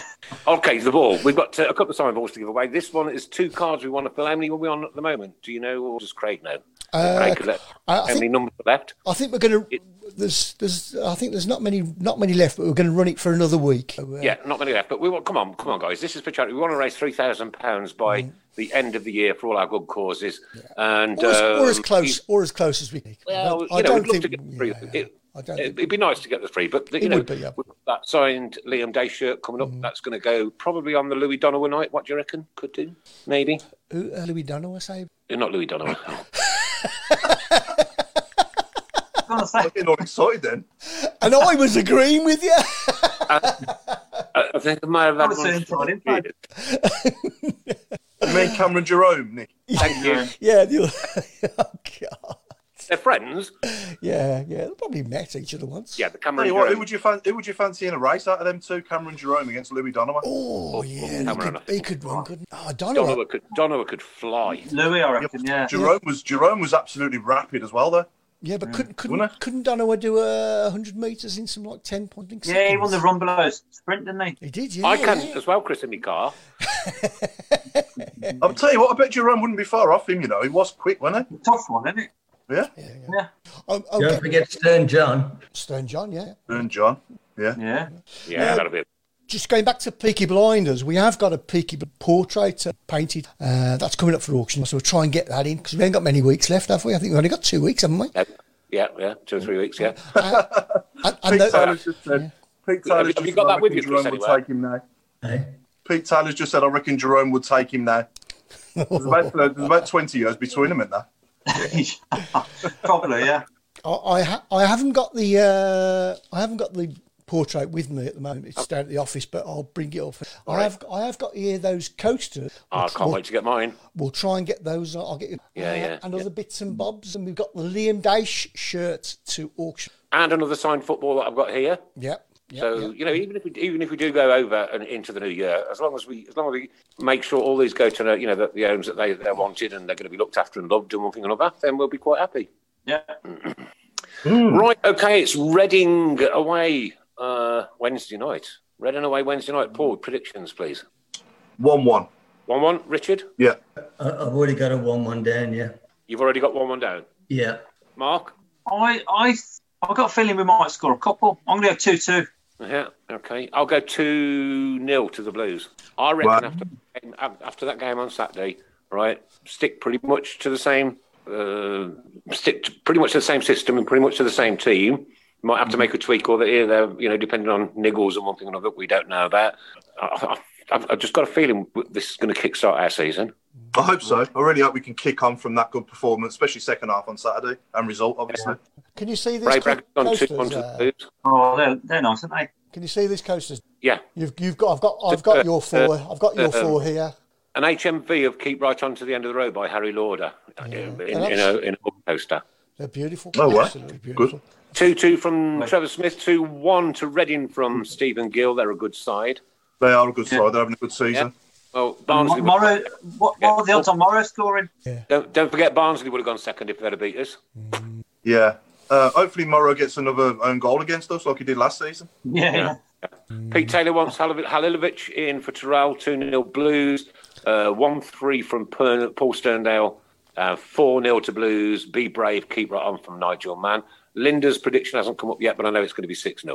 S4: Okay, the ball. We've got uh, a couple of signed balls to give away. This one is two cards we want to fill. How many are we on at the moment? Do you know, or does Craig know? Craig could
S9: Uh,
S4: let-
S9: I- I
S4: how many
S9: think-
S4: numbers are left?
S9: I think we're going to. There's, there's. I think there's not many, not many left, but we're going to run it for another week. So, uh,
S4: Yeah, not many left. But we want. Come on, come on, guys. This is for charity. We want to raise three thousand pounds by the end of the year for all our good causes. And
S9: Mm. Or as, or as
S4: um,
S9: close, or as close as we can.
S4: Well,
S9: I
S4: you know,
S9: don't
S4: we'd love
S9: think.
S4: to get the three.
S9: yeah, yeah.
S4: It,
S9: I don't
S4: it,
S9: think-
S4: would be nice to get the three, but the, you
S9: It
S4: know,
S9: would be, yeah. Mm.
S4: we've got that signed Liam Day shirt coming up. That's going to go probably on the Louis Donovan night. What do you reckon? Could do, maybe.
S9: Who, uh, Louis Dunn, I say.
S4: Not Louis Donovan.
S5: going to say.
S6: I'm getting all excited then.
S9: And I was agreeing with you.
S4: I, I think I might have
S5: I
S4: had
S5: was
S4: one.
S5: saying Todd, in fact.
S6: You mean Cameron Jerome, Nick?
S4: Thank you.
S9: yeah, the other, oh god.
S4: They're friends.
S9: Yeah, yeah. They probably met each other once.
S4: Yeah, the
S6: Tell
S4: Cameron.
S6: you what, who
S4: Jerome.
S6: would you fan, who would you fancy in a race out of them two, Cameron Jerome against Louis Donovan?
S9: Oh yeah, he
S4: Cameron,
S9: could,
S4: I
S9: he could run, couldn't? he? Oh, Donovan.
S4: Donovan could Donovan could fly.
S5: Louis, I reckon, yeah.
S6: Jerome was Jerome was absolutely rapid as well though.
S9: Yeah, but couldn't
S6: Wouldn't
S9: couldn't, couldn't Donovan do uh, hundred meters in some like ten point? Seconds?
S5: Yeah, he won the Rumbelow sprint, didn't he?
S9: He did. Yeah.
S4: I can as well, Chris, in my car.
S6: I'll tell you what, I bet Jerome wouldn't be far off him, you know. He was quick, wasn't
S5: Tough one, isn't it?
S6: he? Yeah.
S5: Yeah.
S9: Oh,
S8: Don't
S9: okay.
S8: forget Stern John.
S9: Stern John. Yeah.
S6: And John. Yeah.
S5: Yeah.
S4: Yeah, that'll be.
S9: Just going back to Peaky Blinders, we have got a Peaky Bl- portrait uh, painted. Uh, that's coming up for auction, so we'll try and get that in because we haven't got many weeks left, have we? I think we've only got two weeks, haven't we?
S4: Yeah, yeah, yeah, two or three weeks. Yeah,
S9: And,
S6: Pete
S9: and the-
S6: Taylor's just said Pete Taylor's
S4: Have you- have
S6: just
S4: you
S6: said,
S4: got
S6: I
S4: that with
S6: reckon
S4: you,
S6: Jerome
S4: Chris,
S6: would
S4: anyway?
S6: take him now.
S8: Eh?
S6: Pete Taylor's just said I reckon Jerome would take him now. There's about, there's about twenty years between them in there.
S5: Probably, yeah.
S9: I, I, ha- I haven't got the uh, I haven't got the portrait with me at the moment. It's down at the office, but I'll bring it up. I have I have got here those coasters.
S4: Oh, I can't
S9: we'll,
S4: wait to get mine.
S9: we'll try and get those. I'll get you.
S4: Yeah, yeah,
S9: And
S4: yeah.
S9: other bits and bobs, and we've got the Liam Dash shirt to auction.
S4: And another signed football that I've got here.
S9: Yep. yep,
S4: So
S9: yep.
S4: you know, even if we even if we do go over and into the new year, as long as we as long as we make sure all these go to you know the, the homes that they they're wanted and they're going to be looked after and loved and one thing and another, then we'll be quite happy.
S5: Yeah.
S4: Right, okay, it's Reading away uh, Wednesday night. Reading away Wednesday night. Paul, predictions, please.
S6: One one.
S4: One one, Richard.
S6: Yeah.
S8: I, I've already got a 1 1 down, yeah.
S4: You've already got one one down.
S8: Yeah.
S4: Mark.
S5: I, I, I've got a feeling we might score a couple. I'm going to go 2 2.
S4: Yeah, okay. I'll go 2 0 to the Blues. I reckon
S6: Right.
S4: after, af- after that game on Saturday, right, stick pretty much to the same, uh, stick to pretty much to the same system and pretty much to the same team. Might have to make a tweak or here, there, you know, depending on niggles and one thing or another. We don't know that. I, I, I've, I've just got a feeling this is going to kickstart our season.
S6: I hope so. I really hope we can kick on from that good performance, especially second half on Saturday and result, obviously.
S9: Can you see these
S4: Ray
S9: co-
S4: Bragg on 2
S9: coasters?
S4: 1 to the
S9: uh,
S4: Blues.
S5: Oh, they're, they're nice, aren't they?
S9: can you see these coasters?
S4: Yeah.
S9: You've you've got I've got I've
S4: uh,
S9: got your four. I've got your
S4: um,
S9: four here.
S4: An HMV of Keep Right On to the End of the Road by Harry Lauder uh, in, in, a, in a poster.
S9: They're beautiful.
S6: Oh, wow.
S9: Absolutely beautiful.
S4: 2 2 from Trevor Smith, 2 1 to Reading from Stephen Gill. They're a good side.
S6: They are a good side. They're having a good season.
S4: Well, Barnsley. would-
S5: Morrow, what, what are the odds on Morrow scoring?
S4: don't, don't forget, Barnsley would have gone second if they'd have beat us.
S6: Yeah. Uh, hopefully, Morrow gets another own goal against us like he did last season.
S5: Yeah, yeah.
S4: Pete Taylor wants Halil- Halilovic in for Terrell, 2 0 Blues, 1 3 from Pern- Paul Sterndale, 4 0 to Blues. Be brave, keep right on from Nigel Mann. Linda's prediction hasn't come up yet, but I know it's going to be 6 0.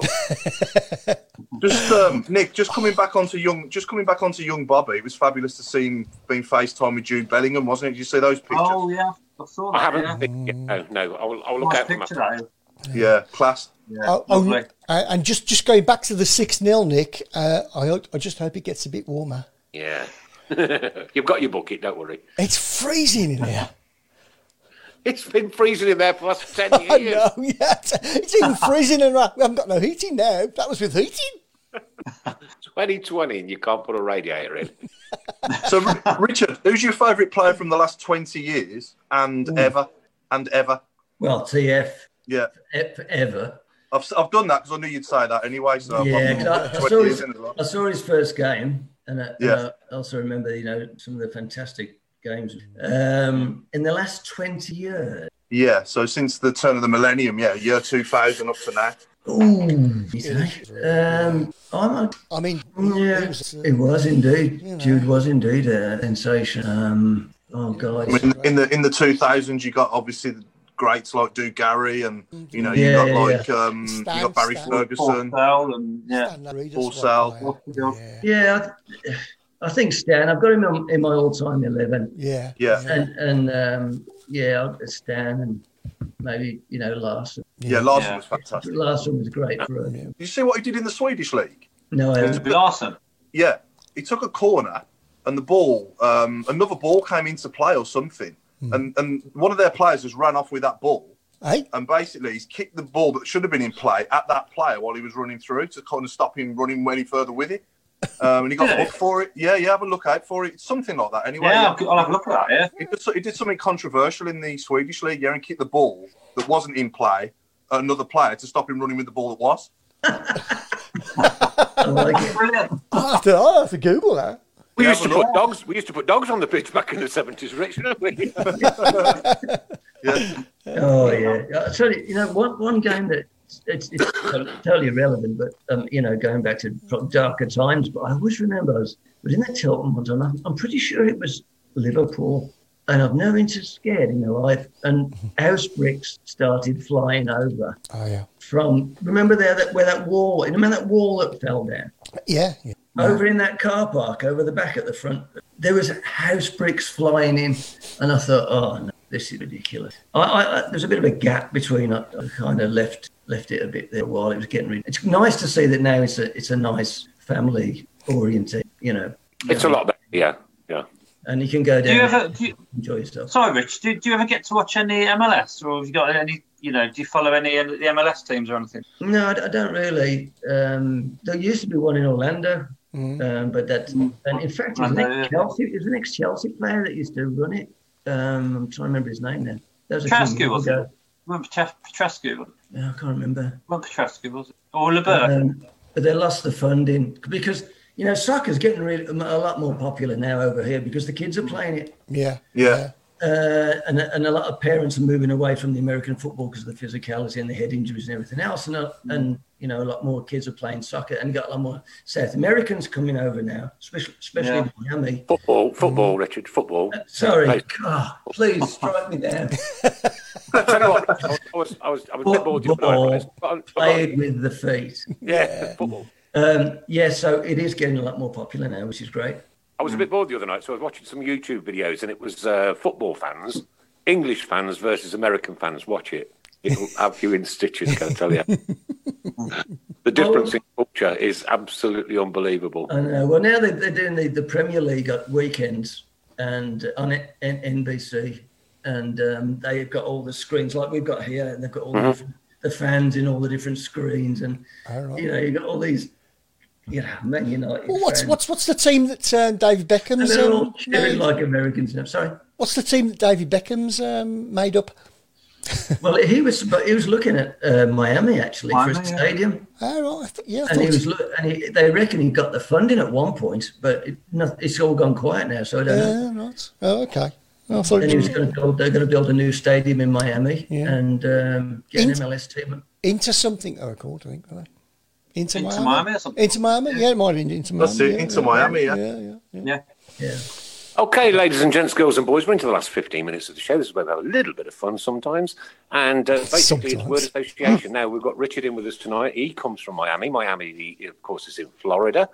S6: Just um, Nick, just coming back onto young, just coming back onto young Bobby. It was fabulous to see him being FaceTime with Jude Bellingham, wasn't it? Did you see those pictures?
S5: Oh, yeah. I saw that.
S4: I haven't.
S5: yeah.
S4: Seen it. No, no. I'll, I'll look
S5: Nice
S4: out for
S5: picture,
S4: them.
S5: that is.
S6: yeah, class.
S9: Oh, oh,
S5: lovely.
S9: uh, and just, just going back to the 6 0, Nick, uh, I, hope- I just hope it gets a bit warmer.
S4: Yeah. You've got your bucket, don't worry.
S9: It's freezing in here.
S4: It's been freezing in there for the last 10 years.
S9: I know, yeah. It's, it's even freezing in here. We haven't got no heating now. That was with heating.
S4: 2020 and you can't put a radiator in.
S6: So, R- Richard, who's your favourite player from the last twenty years and ever and ever?
S8: Well, TF
S6: Yeah,
S8: ep- ever.
S6: I've, s- I've done that because I knew you'd say that anyway. So I've-
S8: Yeah,
S6: I've
S8: 'cause
S6: done
S8: I, I
S6: 20
S8: saw
S6: years
S8: his,
S6: in as well.
S8: I saw his first game, and I,
S6: Yeah.
S8: and I also remember, you know, some of the fantastic games. Um, in the last 20 years,
S6: Yeah, so since the turn of the millennium, yeah, year two thousand up to now.
S8: ooh, you say, um, I'm
S9: I mean,
S8: a, yeah,
S9: it was, uh,
S8: it was indeed. Jude was indeed a sensation. Um, oh,
S6: I
S8: God.
S6: mean, in the in the two thousands, you got obviously the greats like Duke Gary, and you know you
S8: Yeah,
S6: got
S8: yeah,
S6: like um, you
S9: Stan,
S6: got Barry
S9: Stan.
S6: Ferguson.
S5: Paul and, yeah.
S9: Stan Reed as
S6: Paul
S9: well,
S6: Sal.
S9: player. Yeah.
S8: Yeah, I, I think Stan. I've got him on, in my all-time eleven,
S9: Yeah.
S6: Yeah.
S8: and and um, yeah, I'll get Stan and maybe you know Larson.
S6: Yeah, Larson
S5: Yeah.
S6: was fantastic.
S8: Larson was great for us.
S6: You see what he did in the Swedish league?
S8: No, I
S5: It'd be Larson.
S6: Yeah, he took a corner, and the ball, um, another ball came into play or something, and and one of their players just ran off with that ball, And basically, he's kicked the ball that should have been in play at that player while he was running through to kind of stop him running any further with it. Um, and he got
S5: Really?
S6: booked for it. Yeah, yeah, have a look out for it. It's something like that anyway.
S5: Yeah, I'll g- I'll have a look at that, yeah.
S6: He did, so- he did something controversial in the Swedish league, yeah, and kicked the ball that wasn't in play at another player to stop him running with the ball that was.
S9: I have to, I have to Google that.
S4: We
S6: Yeah,
S4: used to
S6: but look-
S4: put dogs. We used to put dogs on the pitch back in the seventies, Rich. Didn't we?
S8: Oh yeah. Uh, So you know, one one game that it's, it's totally irrelevant, but um, you know, going back to sort of darker times. But I always remember I was, I was in the Tilton one time. I'm, I'm pretty sure it was Liverpool, and I've never been so scared in my life. And house bricks started flying over
S9: Oh yeah,
S8: from. Remember there that where that wall? Remember that wall that fell down?
S9: yeah, yeah.
S8: Over in that car park, over the back at the front, there was house bricks flying in, and I thought, oh no, this is ridiculous. I, I, I there's a bit of a gap between. I, I kind of left left it a bit there while it was getting. Rid- it's nice to see that now it's a it's a nice family oriented, you know,
S4: It's a lot better. Yeah, yeah.
S8: and you can go
S5: Do you
S8: down,
S5: ever?
S8: and
S5: Do you,
S8: enjoy yourself.
S5: sorry, Rich. Do, do you ever get to watch any MLS, or have you got any? You know, do you follow any of the MLS teams or anything?
S8: No, I, d- I don't really. Um, there used to be one in Orlando, um, but that. And in fact, it was, an
S5: Orlando, yeah.
S8: ex-Chelsea, it was an ex-Chelsea player that used to run it. Um, I'm trying to remember his name now. That was a few
S5: Petrescu,
S8: years
S5: wasn't
S8: ago.
S5: Remember Petres- Petrescu? wasn't it?
S8: Yeah, I can't remember.
S5: Remember Petrescu? Was it? Or Lebert?
S8: Um, but they lost the funding because you know soccer's getting really, a lot more popular now over here because the kids are playing it,
S9: Yeah.
S6: Yeah.
S8: uh, and and a lot of parents are moving away from the American football because of the physicality and the head injuries and everything else, and a, and you know a lot more kids are playing soccer and you got a lot more South Americans coming over now, especially especially
S5: Yeah.
S8: Miami.
S4: Football,
S9: Mm.
S4: football, Richard. Football.
S8: Sorry,
S4: Hey,
S8: God, please strike me down.
S4: tell you what, I was, I was, I was, I was a bit bored. the other night, but it's- but I'm- I've got-
S8: Played with the feet.
S4: Yeah, football.
S8: Um, yeah, so it is getting a lot more popular now, which is great.
S4: I was a bit bored the other night, so I was watching some YouTube videos, and it was uh, football fans, English fans versus American fans. Watch it; it'll have you in stitches. Can I tell you? the difference in culture is absolutely unbelievable.
S8: I know. uh, Well, now they, they're doing the, the Premier League at weekends and uh, on N- NBC, and um, they've got all the screens like we've got here, and they've got all
S5: Mm-hmm.
S8: the, different- the fans in all the different screens, and
S9: right.
S8: you know you've got all these, you know, Man United.
S9: Well, what's
S8: fans,
S9: what's what's the team that um, David
S8: and
S9: Beckham's?
S8: they're all
S9: Um,
S8: cheering
S9: made?
S8: like Americans. I'm sorry.
S9: What's the team that David Beckham's um, made up?
S8: Well, he was but he was looking at uh, Miami actually for a
S5: Miami, yeah.
S8: stadium.
S9: Oh, right. I th- yeah, I
S8: And he
S9: thought-
S8: was look, and he, they reckon he got the funding at one point, but it, no, it's all gone quiet now. So I don't know.
S9: Yeah, right. Oh, okay. I thought it
S8: And he was
S9: was
S8: going to build, they're going to build a new stadium in Miami
S9: Yeah.
S8: and um, get an
S9: Int-
S8: MLS team.
S9: into something. Oh, called, I think. Right? Into,
S5: Into
S9: Miami.
S5: Miami or something?
S9: Into Miami. Yeah, it might have been into Miami.
S6: That's it,
S9: yeah,
S6: Inter Miami, yeah.
S9: yeah, yeah. yeah.
S5: Yeah.
S8: Yeah.
S4: Okay, ladies and gents, girls and boys, we're into the last 15 minutes of the show. This is where we have a little bit of fun sometimes. And uh, basically, it's
S9: Sometimes.
S4: word association. now, we've got Richard in with us tonight. He comes from Miami. Miami, he, of course, is in Florida.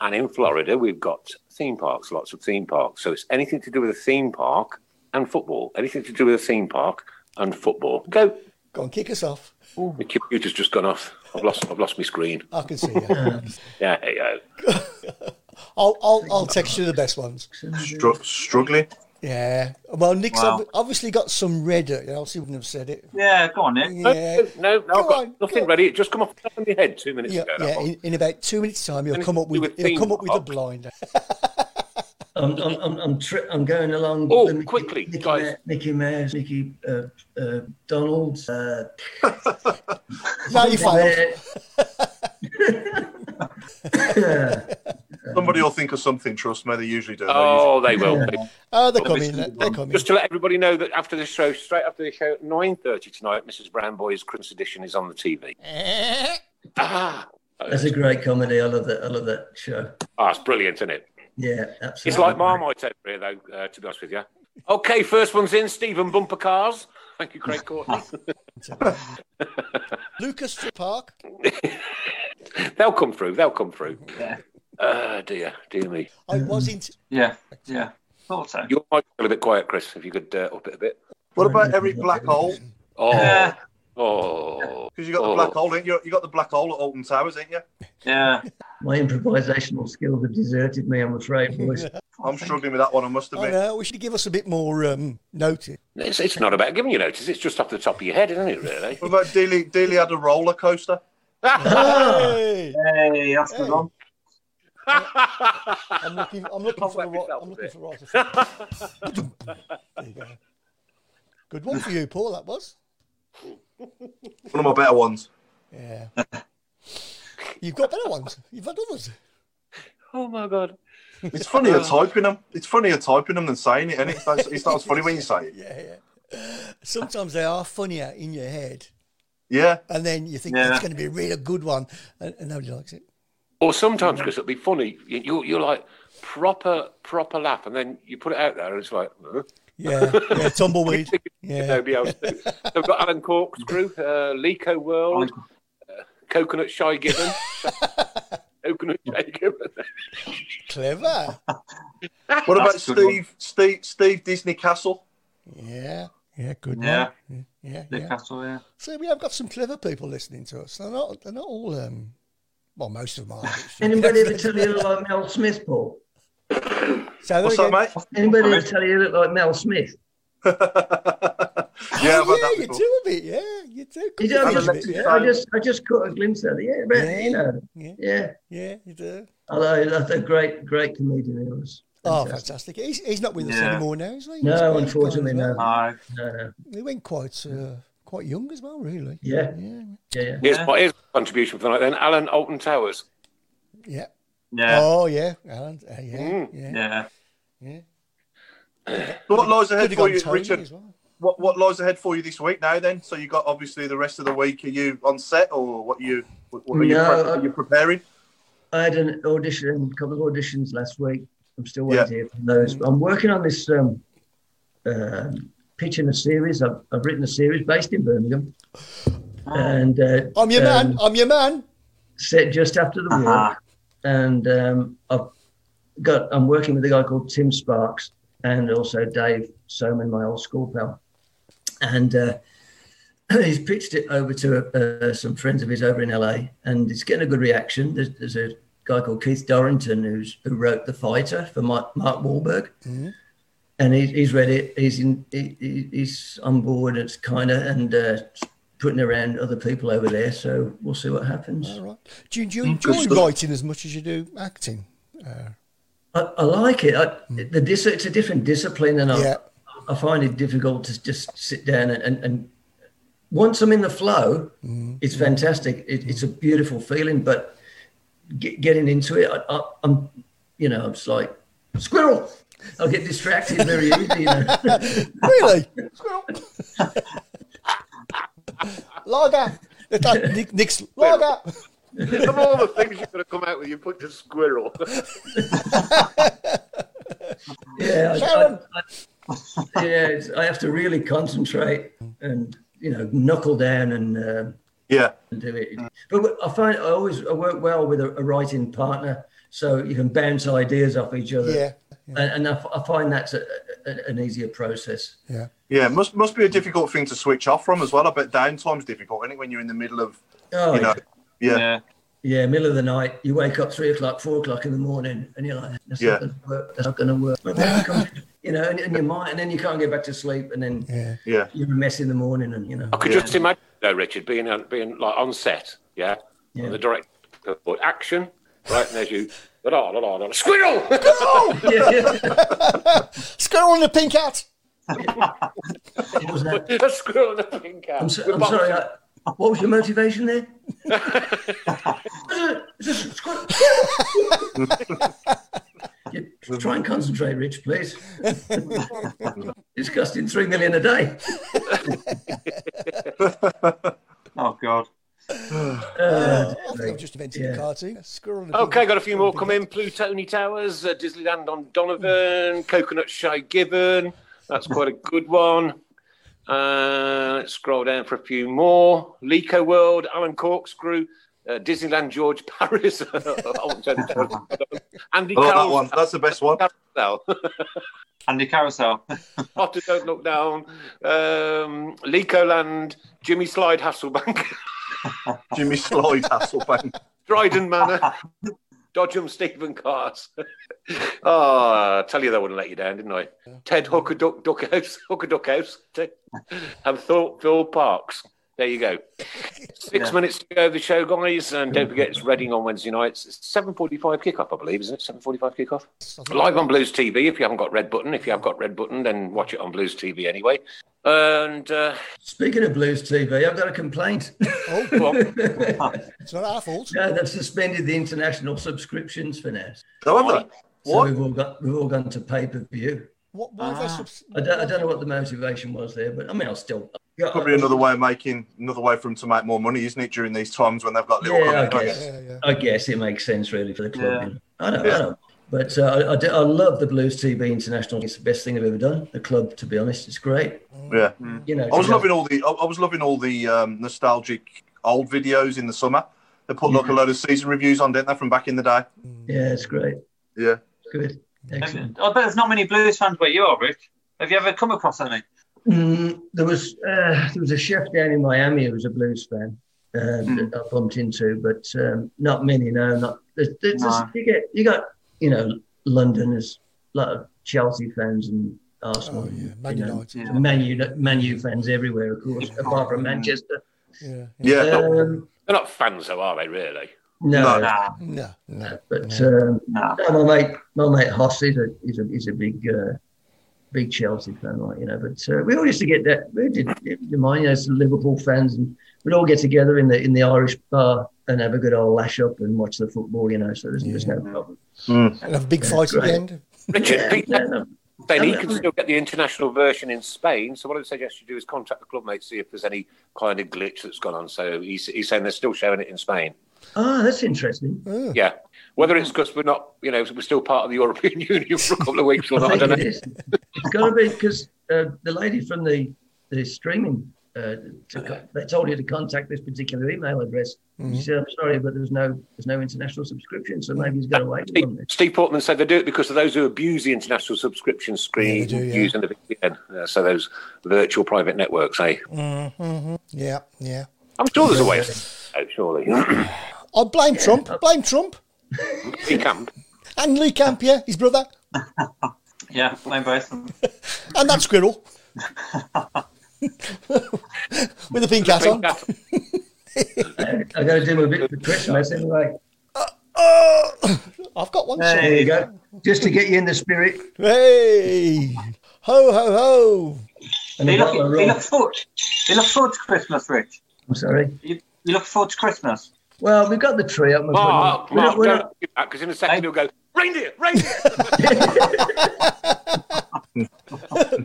S4: And in Florida, we've got theme parks, lots of theme parks. So it's anything to do with a theme park and football. Anything to do with a theme park and football. Go.
S9: Go on, kick us off.
S4: My computer's just gone off. I've lost, I've lost my screen.
S9: I can see you.
S4: Yeah, hey, oh.
S9: I'll, I'll, I'll text you the best ones.
S6: Stru- struggling.
S9: Yeah. Well, Nick's
S5: Wow.
S9: ob- obviously got some red. You know, else he wouldn't have said it.
S5: Yeah, go on, Nick.
S9: Yeah.
S4: No, no, I've
S9: Go
S4: got
S9: on,
S4: nothing
S9: go-
S4: ready. It just come off the top of my head two minutes
S9: Yeah,
S4: ago. that
S9: yeah.
S4: one.
S9: In, in about two minutes' time, he'll
S4: Anything
S9: come up
S4: to do
S9: with,
S4: with
S9: he'll
S4: theme
S9: come up with a
S4: park.
S9: blinder.
S8: I'm, I'm, I'm, I'm, tri- I'm going along.
S4: Oh,
S8: the Mickey-
S4: quickly,
S8: Mickey
S4: guys.
S8: Ma- Mickey Mouse, Mickey uh, uh, Donald's. Uh,
S9: no, you failed.
S6: Somebody will think of something, trust me, they usually do. They
S4: Oh, they will. They
S9: Oh, they're coming. They're coming.
S4: Just to let everybody know that after the show, straight after the show, at nine thirty tonight, Mrs. Brownboy's Christmas edition is on the TV. ah,
S8: That's a great comedy. I love that. I love that show.
S4: ah, it's brilliant, isn't it?
S8: Yeah, absolutely.
S4: It's like Marmite over here, though. Uh, to be honest with you. Okay, first one's in. Stephen Bumper Cars. Thank you, Craig Courtney.
S9: Lucas Park.
S4: they'll come through. They'll come through. Ah, dear, dear me.
S9: I
S8: Mm-hmm.
S9: was in.
S5: Yeah, yeah. Thought so.
S4: Your mic's a little bit quiet, Chris. If you could uh, up it a bit.
S6: What about Eric Blackhole?
S4: Oh,
S5: Yeah.
S4: Oh,
S6: because you got the black hole. ain't You you got the black hole at Alton Towers, ain't you?
S5: Yeah.
S8: My improvisational skills have deserted me, I'm afraid, boys.
S9: Oh,
S6: I'm struggling with that one. I must
S9: I
S6: admit.
S9: know, we should give us a bit more um, notice.
S4: It's, it's not about giving you notice. It's just off the top of your head, isn't it? Really?
S6: What about Dealey? Dealey had a roller coaster.
S9: Hey!
S5: Hey, that's good one.
S9: I'm looking, I'm looking for the right. I'm looking for right. there you go. Good one for you, Paul. That was.
S6: One of my better ones.
S9: Yeah. You've got better ones. You've had others.
S4: oh my god.
S6: It's funnier typing them. It's funnier typing them than saying it, and it's not, it's not as funny when you say it.
S9: Yeah, yeah. Sometimes they are funnier in your head,
S6: Yeah.
S9: and then you think
S5: Yeah.
S9: that's going to be a really good one, and, and nobody likes it.
S4: Or sometimes, Chris, it'll be funny. You, you you're like proper proper laugh, and then you put it out there, and it's like. Huh?
S9: Yeah, yeah. Tumbleweed. Yeah.
S4: Nobody else. do. They've got Alan Corkscrew, uh, Lico World, uh, Coconut Shy Gibbon, Coconut Shy Gibbon.
S9: Clever.
S6: What about
S5: That's a good one.
S6: Steve? Steve? Steve Disney Castle.
S9: Yeah. Yeah. Good.
S5: Yeah.
S9: One. Yeah.
S5: Dick
S9: Yeah.
S5: Castle, yeah.
S9: So we have got some clever people listening to us. They're not. They're not all. Um, well, most of them are.
S8: Anybody ever tell you you look like Mel Smith, Paul?
S9: So
S6: What's
S9: there we go.
S6: that, mate?
S8: Anybody ever tell you you look like Mel Smith?
S6: yeah, I've had
S9: Oh, yeah,
S6: that
S9: you
S6: before.
S9: do a bit. Yeah, you do.
S8: You
S9: could
S8: know,
S9: do
S8: I,
S9: a bit,
S8: just,
S6: Alexis
S9: yeah.
S8: I just, I just caught a glimpse of it. Yeah, but, you know,
S9: Yeah.
S8: yeah.
S9: Yeah, you do.
S8: Although that's a great, great comedian he was.
S9: Oh, fantastic. He's, he's not with us
S5: Yeah.
S9: anymore now, is he? He's
S8: No,
S9: gone-
S8: unfortunately,
S9: gone as
S8: no.
S9: well.
S5: No.
S8: No, no.
S9: He went quite uh, quite young as well, really.
S8: Yeah.
S9: Yeah.
S8: Yeah, yeah.
S4: Here's my, here's my contribution for the night then. Alan Alton Towers.
S9: yeah.
S5: Yeah.
S9: Oh, yeah. Alan, uh, yeah,
S6: Mm.
S9: yeah.
S5: Yeah.
S6: So what lies ahead
S9: Could've
S6: for
S9: gone
S6: you,
S9: Tony
S6: Richard?
S9: as well.
S6: What what lies ahead for you this week now? Then, so you got obviously the rest of the week. Are you on set, or what are you? What what are, you,
S8: No,
S6: pre-
S8: I-
S6: are you preparing?
S8: I had an audition, a couple of auditions last week. I'm still waiting
S6: Yeah.
S8: to hear from those. I'm working on this um, um pitching a series. I've, I've written a series based in Birmingham, and uh,
S9: Oh. I'm your
S8: um,
S9: man. Ah. I'm your man.
S8: set just after the war,
S5: Uh-huh.
S8: and um, I've got. I'm working with a guy called Tim Sparks and also Dave Soman, my old school pal, and uh, he's pitched it over to uh, some friends of his over in LA, and it's getting a good reaction. There's, there's a guy called Keith Dorrington who's who wrote The Fighter for Mark, Mark Wahlberg.
S9: Mm-hmm.
S8: And he's, he's read it. He's in. He, he- he's on board. It's kind of and uh, putting around other people over there. So we'll see what happens.
S9: All right. Do you, do you enjoy
S6: stuff.
S9: writing as much as you do acting?
S8: I, I like it. I, the dis- it's a different discipline, and I,
S9: Hmm. Yeah.
S8: I find it difficult to just sit down and, and, and once I'm in the flow,
S9: Hmm.
S8: it's fantastic. It, it's a beautiful feeling, but get, getting into it, I, I, I'm, you know, I'm just like squirrel. I'll get distracted very easily. You know?
S9: Really? Squirrel. Lager. That- Nick, Nick's lager.
S4: Of all the things you could have come out with, you put the squirrel.
S8: yeah, I- I-
S9: Sharon.
S8: I- yeah. It's, I have to really concentrate and you know knuckle down and. Uh,
S6: Yeah,
S8: and do it.
S6: Mm.
S8: But I find I always I work well with a, a writing partner, so you can bounce ideas off each other.
S9: Yeah.
S8: And, and I, f- I find that's a, a, an easier process.
S9: Yeah.
S6: yeah. Must must be a difficult thing to switch off from as well. I bet downtime's difficult, isn't it? When you're in the middle of,
S8: Oh,
S6: you know, yeah.
S5: Yeah.
S8: yeah, middle of the night, you wake up three o'clock, four o'clock in the morning, and you're like, that's
S6: Yeah.
S8: not going to work. That's not going to work. But then it comes- you know, and, and your mind, and then you can't get back to sleep, and then
S9: Yeah.
S6: yeah.
S8: you're a mess in the morning, and you know.
S4: I could just imagine, though, Richard, being on, being like on set, yeah,
S8: Yeah.
S4: the director, put action, right, and there's you, la la la la, la, squirrel.
S8: Yeah, yeah.
S9: Squirrel in the pink hat.
S8: What was that?
S4: a squirrel in a pink hat.
S8: I'm, so, I'm sorry. I, what was your motivation there? Yeah, Try and concentrate, Rich, please. it's costing three million a day.
S5: Oh, God.
S8: Uh,
S9: I think I've just invented a
S8: Yeah.
S9: cartoon. Squirrel in the pink
S4: Okay,
S9: hat.
S4: got a few more come in. Plutoni Towers, uh, Disneyland on Donovan, Coconut Shy Gibbon. That's quite a good one. Uh, let's scroll down for a few more. Lico World, Alan Corkscrew, uh, Disneyland George Paris. Andy
S6: I like that
S4: Carroll,
S6: one. That's the best one.
S4: now.
S5: Andy Carousel.
S4: Potter Don't Look Down, um, Lico Land, Jimmy Slide Hasselbank.
S6: Jimmy Slide Hasselbank.
S4: Dryden Manor, Dodgem Stephen Cars. Ah, I tell you they wouldn't let you down, didn't I? Ted Hooker Duck, Duck House, Hooker Duck House, Ted- and Thorpeville Parks. There you go. Six
S5: Yeah.
S4: minutes to go of the show, guys, and don't forget it's Reading on Wednesday nights. It's seven forty-five kickoff, I believe, isn't it? Seven forty-five kickoff. Live on Blues TV. If you haven't got Red Button, if you have got Red Button, then watch it on Blues TV anyway. And uh,
S8: Speaking of Blues TV, I've got a complaint.
S9: Oh,
S4: well,
S9: it's not our fault.
S8: No, they've suspended the international subscriptions for now.
S6: No, I'm not.
S8: So
S6: What?
S8: we've all got we've all gone to pay per view.
S9: What, what have they
S5: Ah.
S9: subs-
S8: I don't, I don't know what the motivation was there, but I mean, I'll still. Yeah,
S6: Probably another way of making another way for them to make more money, isn't it? During these times when they've got little.
S8: Yeah, I
S6: commitments?
S8: guess.
S9: Yeah, yeah.
S8: I guess it makes sense really for the club.
S5: Yeah.
S8: you know. I don't, I don't. But uh, I- I, do- I love the Blues TV International. It's the best thing I've ever done. The club, to be honest, it's great.
S6: yeah.
S8: You know,
S6: I was
S8: to go-
S6: loving all the I I was loving all the um, nostalgic old videos in the summer. They put like a load of season reviews on, didn't they, from back in the day?
S8: Yeah, it's great.
S6: Yeah.
S8: Good.
S5: I
S8: Excellent.
S5: bet there's not many blues fans where you are, Rick. Have you ever come across any?
S8: Mm, there was uh, there was a chef down in Miami who was a blues fan uh, that I bumped into, but um, not many. No, not there's, there's, there's-
S5: No.
S8: you get you got you know Londoners, a lot of Chelsea fans and Arsenal,
S9: Oh, yeah.
S8: and,
S9: Man
S8: you know,
S9: United.
S5: Yeah.
S8: Man U, Man U fans everywhere, of course, apart from Manchester.
S9: Yeah.
S6: Yeah.
S8: Um,
S4: they're not fans, though, are they? Really?
S8: no,
S5: Nah.
S9: No, no.
S8: but um,
S5: Nah.
S8: no, my mate, my mate Hoss is a is a, is a big uh, big Chelsea fan, like you know. But uh, we all used to get that. We did, didn't mind, you know, some Liverpool fans, and we'd all get together in the in the Irish bar and have a good old lash up and watch the football, you know. So there's, there's no problem.
S9: And have a big fight at the end.
S4: Richard, Peter,
S8: Yeah, no.
S4: Then he
S8: Yeah,
S4: can
S8: but-
S4: still get the international version in Spain. So what I would suggest you do is contact the club mate, see if there's any kind of glitch that's gone on. So he's, he's saying they're still showing it in Spain.
S8: Oh, that's interesting.
S4: Yeah, whether it's because we're not, you know, we're still part of the European Union for a couple of weeks or not, I
S8: I
S4: don't
S8: think it
S4: know.
S8: is. It's got to be because uh, the lady from the the streaming uh, to, co- they told you to contact this particular email address.
S9: Mm-hmm.
S8: She said, "I'm sorry, but there's no there's no international subscription, so maybe he's got away with
S4: Steve,
S8: something."
S4: Steve Portman said they do it because of those who abuse the international subscription screen
S9: do, yeah.
S4: using the VPN. Uh, so those virtual private networks, eh?
S8: Mm.
S9: Yeah, yeah.
S4: I'm sure there's a way. of- Oh, surely.
S9: I blame Trump. Blame Trump
S4: he can.
S9: and Lee Camp, yeah, his brother,
S5: Yeah, blame both. of them.
S9: and that squirrel with a pink hat on.
S8: I got to do my bit for Christmas anyway.
S9: Uh, Oh, I've got one.
S8: There you go, just to get you in the spirit.
S9: Hey, ho ho ho!
S8: And
S5: You
S8: a
S5: look,
S8: bottle of
S5: you look
S8: rum.
S5: forward. You look forward to Christmas, Rich.
S8: I'm sorry.
S5: You, you look forward to Christmas.
S8: Well, we've got the tree up.
S4: Mark,
S8: We're not-
S4: Oh, Mark,
S8: we're not-
S4: don't because in a second he'll go, reindeer, reindeer.
S8: um,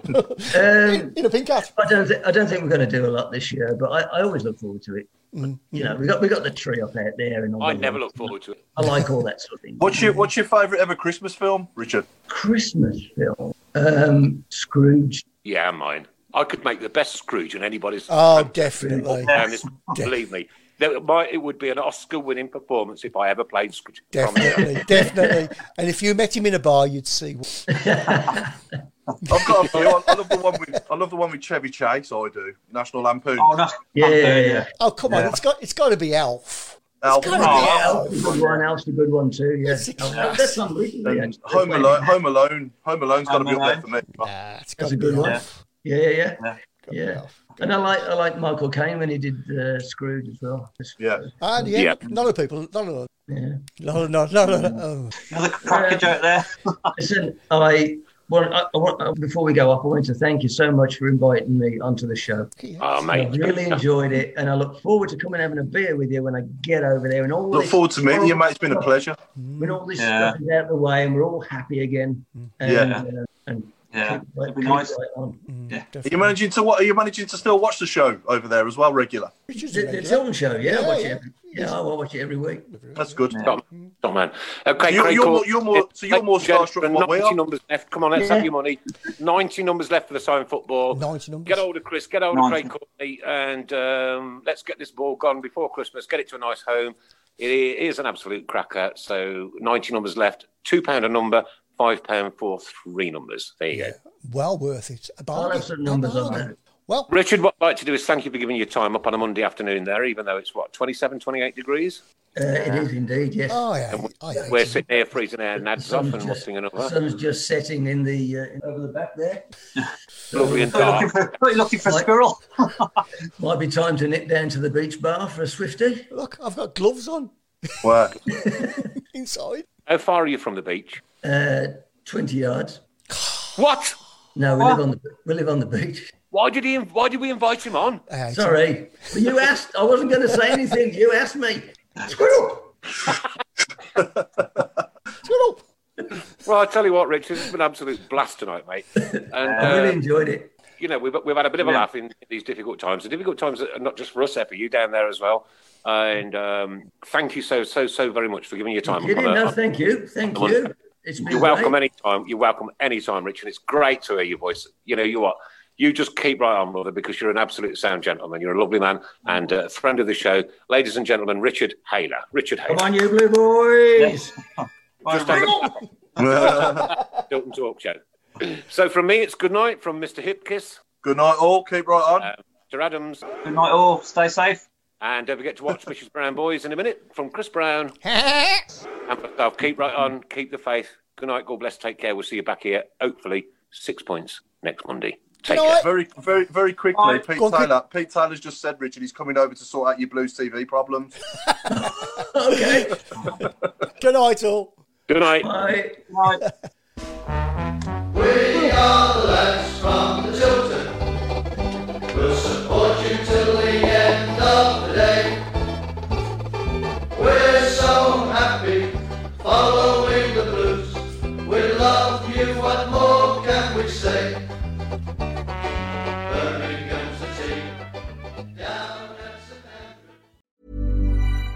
S9: In a pink hat.
S8: I don't, th- I don't think we're going to do a lot this year, but I, I always look forward to it. You know, we got we got the tree up out there, and all
S4: I
S8: the-
S4: never look forward to it.
S8: I like all that sort of thing.
S6: What's your What's your favourite ever Christmas film, Richard?
S8: Christmas film. Um, Scrooge.
S4: Yeah, mine. I could make the best Scrooge on anybody's.
S9: Oh, definitely,
S4: and it's- believe me, there, my, it would be an Oscar-winning performance if I ever played Scrooge.
S9: definitely, definitely. And if you met him in a bar, you'd see.
S6: I've got a few. I, I love the one with I love the one with Chevy Chase. I do National Lampoon.
S5: Oh no.
S8: Yeah, yeah, yeah.
S9: Oh, come on! It's got it's got to be Elf.
S6: Alf.
S9: gotta be
S6: Oh,
S8: Alf's a good one. Alf's a good one too. Yeah,
S9: Yes, it
S8: Alf-
S9: is.
S8: that's unbelievable.
S6: and
S8: yeah.
S6: Home Alone. Home Alone. Home Alone's got to be
S5: Home
S6: up there for me.
S9: Nah, it's got
S8: a
S9: to be
S8: good one.
S9: Elf.
S8: Yeah, yeah, yeah.
S5: Yeah.
S8: yeah. And I like I like Michael Caine when he did uh, Scrooge as well.
S6: Yeah.
S9: And yeah,
S4: Yeah.
S9: none of the people, none of,
S8: Yeah.
S9: no, no, no, no,
S8: Mm.
S9: no.
S5: Another cracker joke there.
S8: Listen, I. Well, I, I want, uh, before we go up, I want to thank you so much for inviting me onto the show.
S4: Oh,
S8: I
S4: mate.
S8: really enjoyed it, and I look forward to coming having a beer with you when I get over there. And all
S6: Look
S8: this-
S6: forward to meeting you, mate. It's been a pleasure.
S8: When all this
S5: Yeah.
S8: stuff is out of the way, and we're all happy again. And,
S6: Yeah.
S8: uh, and
S5: Yeah,
S8: keep-
S5: it'd be
S8: keep
S5: nice.
S8: right on.
S6: Are you managing to what? Are you managing to still watch the show over there as well, regular?
S9: Richard's
S8: The,
S9: a
S8: the
S9: regular.
S8: Tilton show, yeah,
S9: Yeah,
S8: I watch
S9: yeah.
S8: it. Every, yeah, I watch it every week.
S6: That's good.
S4: Top, top man. Okay,
S6: You-
S4: Craig
S6: you're
S4: Cor-
S6: more- you're more- so you're more
S4: Gentlemen,
S6: starstruck than what we
S4: 90
S6: are.
S4: numbers left. Come on, let's
S8: Yeah.
S4: have your money. 90 numbers left for the sign football.
S9: 90 numbers.
S4: Get hold of Chris, get hold of
S5: 90.
S4: Craig Courtney, and um, let's get this ball gone before Christmas. Get it to a nice home. It is an absolute cracker. So 90 numbers left, £2 a number, five pound for three numbers. There you go.
S9: oh, Well worth it. A
S8: I'll have
S9: bargain.
S8: some numbers on
S9: bargain.
S8: that.
S9: Well,
S4: Richard, what I'd like to do is thank you for giving your time up on a Monday afternoon there, even though it's what 27, 28 degrees.
S8: Uh, it is indeed, yes.
S9: oh yeah,
S4: And we-
S9: oh, yeah.
S4: We're sitting here freezing our nads off
S8: sun's
S4: and
S8: just,
S4: nothing and
S8: the
S4: other.
S8: sun's just setting in the uh, in- over the back there.
S4: Lovely and
S5: We're looking
S4: dark.
S5: for, we're looking for a
S8: Like-
S5: squirrel.
S8: Might be time to nip down to the beach bar for a swifty.
S9: Look, I've got gloves on
S6: Where?
S9: inside.
S4: How far are you from the beach?
S8: Uh, Twenty yards.
S4: What?
S8: No, we live on the we live on the beach.
S4: Why did he? Why did we invite him on?
S9: Hey,
S8: Sorry, but you asked. I wasn't going to say anything. You asked me. Squirrel.
S9: turn up.
S4: Well, I tell you what, Richard, it's been an absolute blast tonight, mate. And,
S8: I really
S4: uh,
S8: enjoyed it.
S4: you know, we've, we've had a bit of a
S5: Yeah.
S4: laugh in these difficult times. The difficult times are not just for us, they're for you down there as well. And um, thank you so, so, so very much for giving your time.
S8: You didn't
S4: on a-
S8: know. Thank you. Thank
S4: Come on.
S8: you. It's been
S4: You're welcome
S8: great.
S4: anytime. You're welcome anytime, Richard. It's great to hear your voice. You know, you are. You just keep right on, brother, because you're an absolute sound gentleman. You're a lovely man and a friend of the show. Ladies and gentlemen, Richard Haler. Richard
S8: Come
S4: Haler.
S8: on, you blue boys.
S4: Just
S5: Right,
S4: on the Dalton Talk Show. So from me, it's good night from Mr. Hipkiss,
S6: Good night, all. Keep right on.
S4: Mr. Adams,
S5: Good night, all. Stay safe.
S4: and don't forget to watch Mrs. Brown Boys in a minute from Chris Brown. and myself. Keep right on. Keep the faith. Good night. God bless. Take care. We'll see you back here, hopefully, six points next Monday. Take
S9: Good
S4: care.
S9: night.
S6: Very, very, very quickly,
S5: Alright,
S6: Pete
S9: go on, quick.
S6: Taylor. Pete Taylor's just said, Richard, he's coming over to sort out your Blues TV problems.
S8: okay.
S9: Good night, all.
S4: Good night.
S8: Bye.
S5: Good night.
S3: We are the lads from the Tilton. We'll support you till the end of the day. We're so happy following the blues. We love you, what more can we say? Birmingham's the team. Down at St Andrews.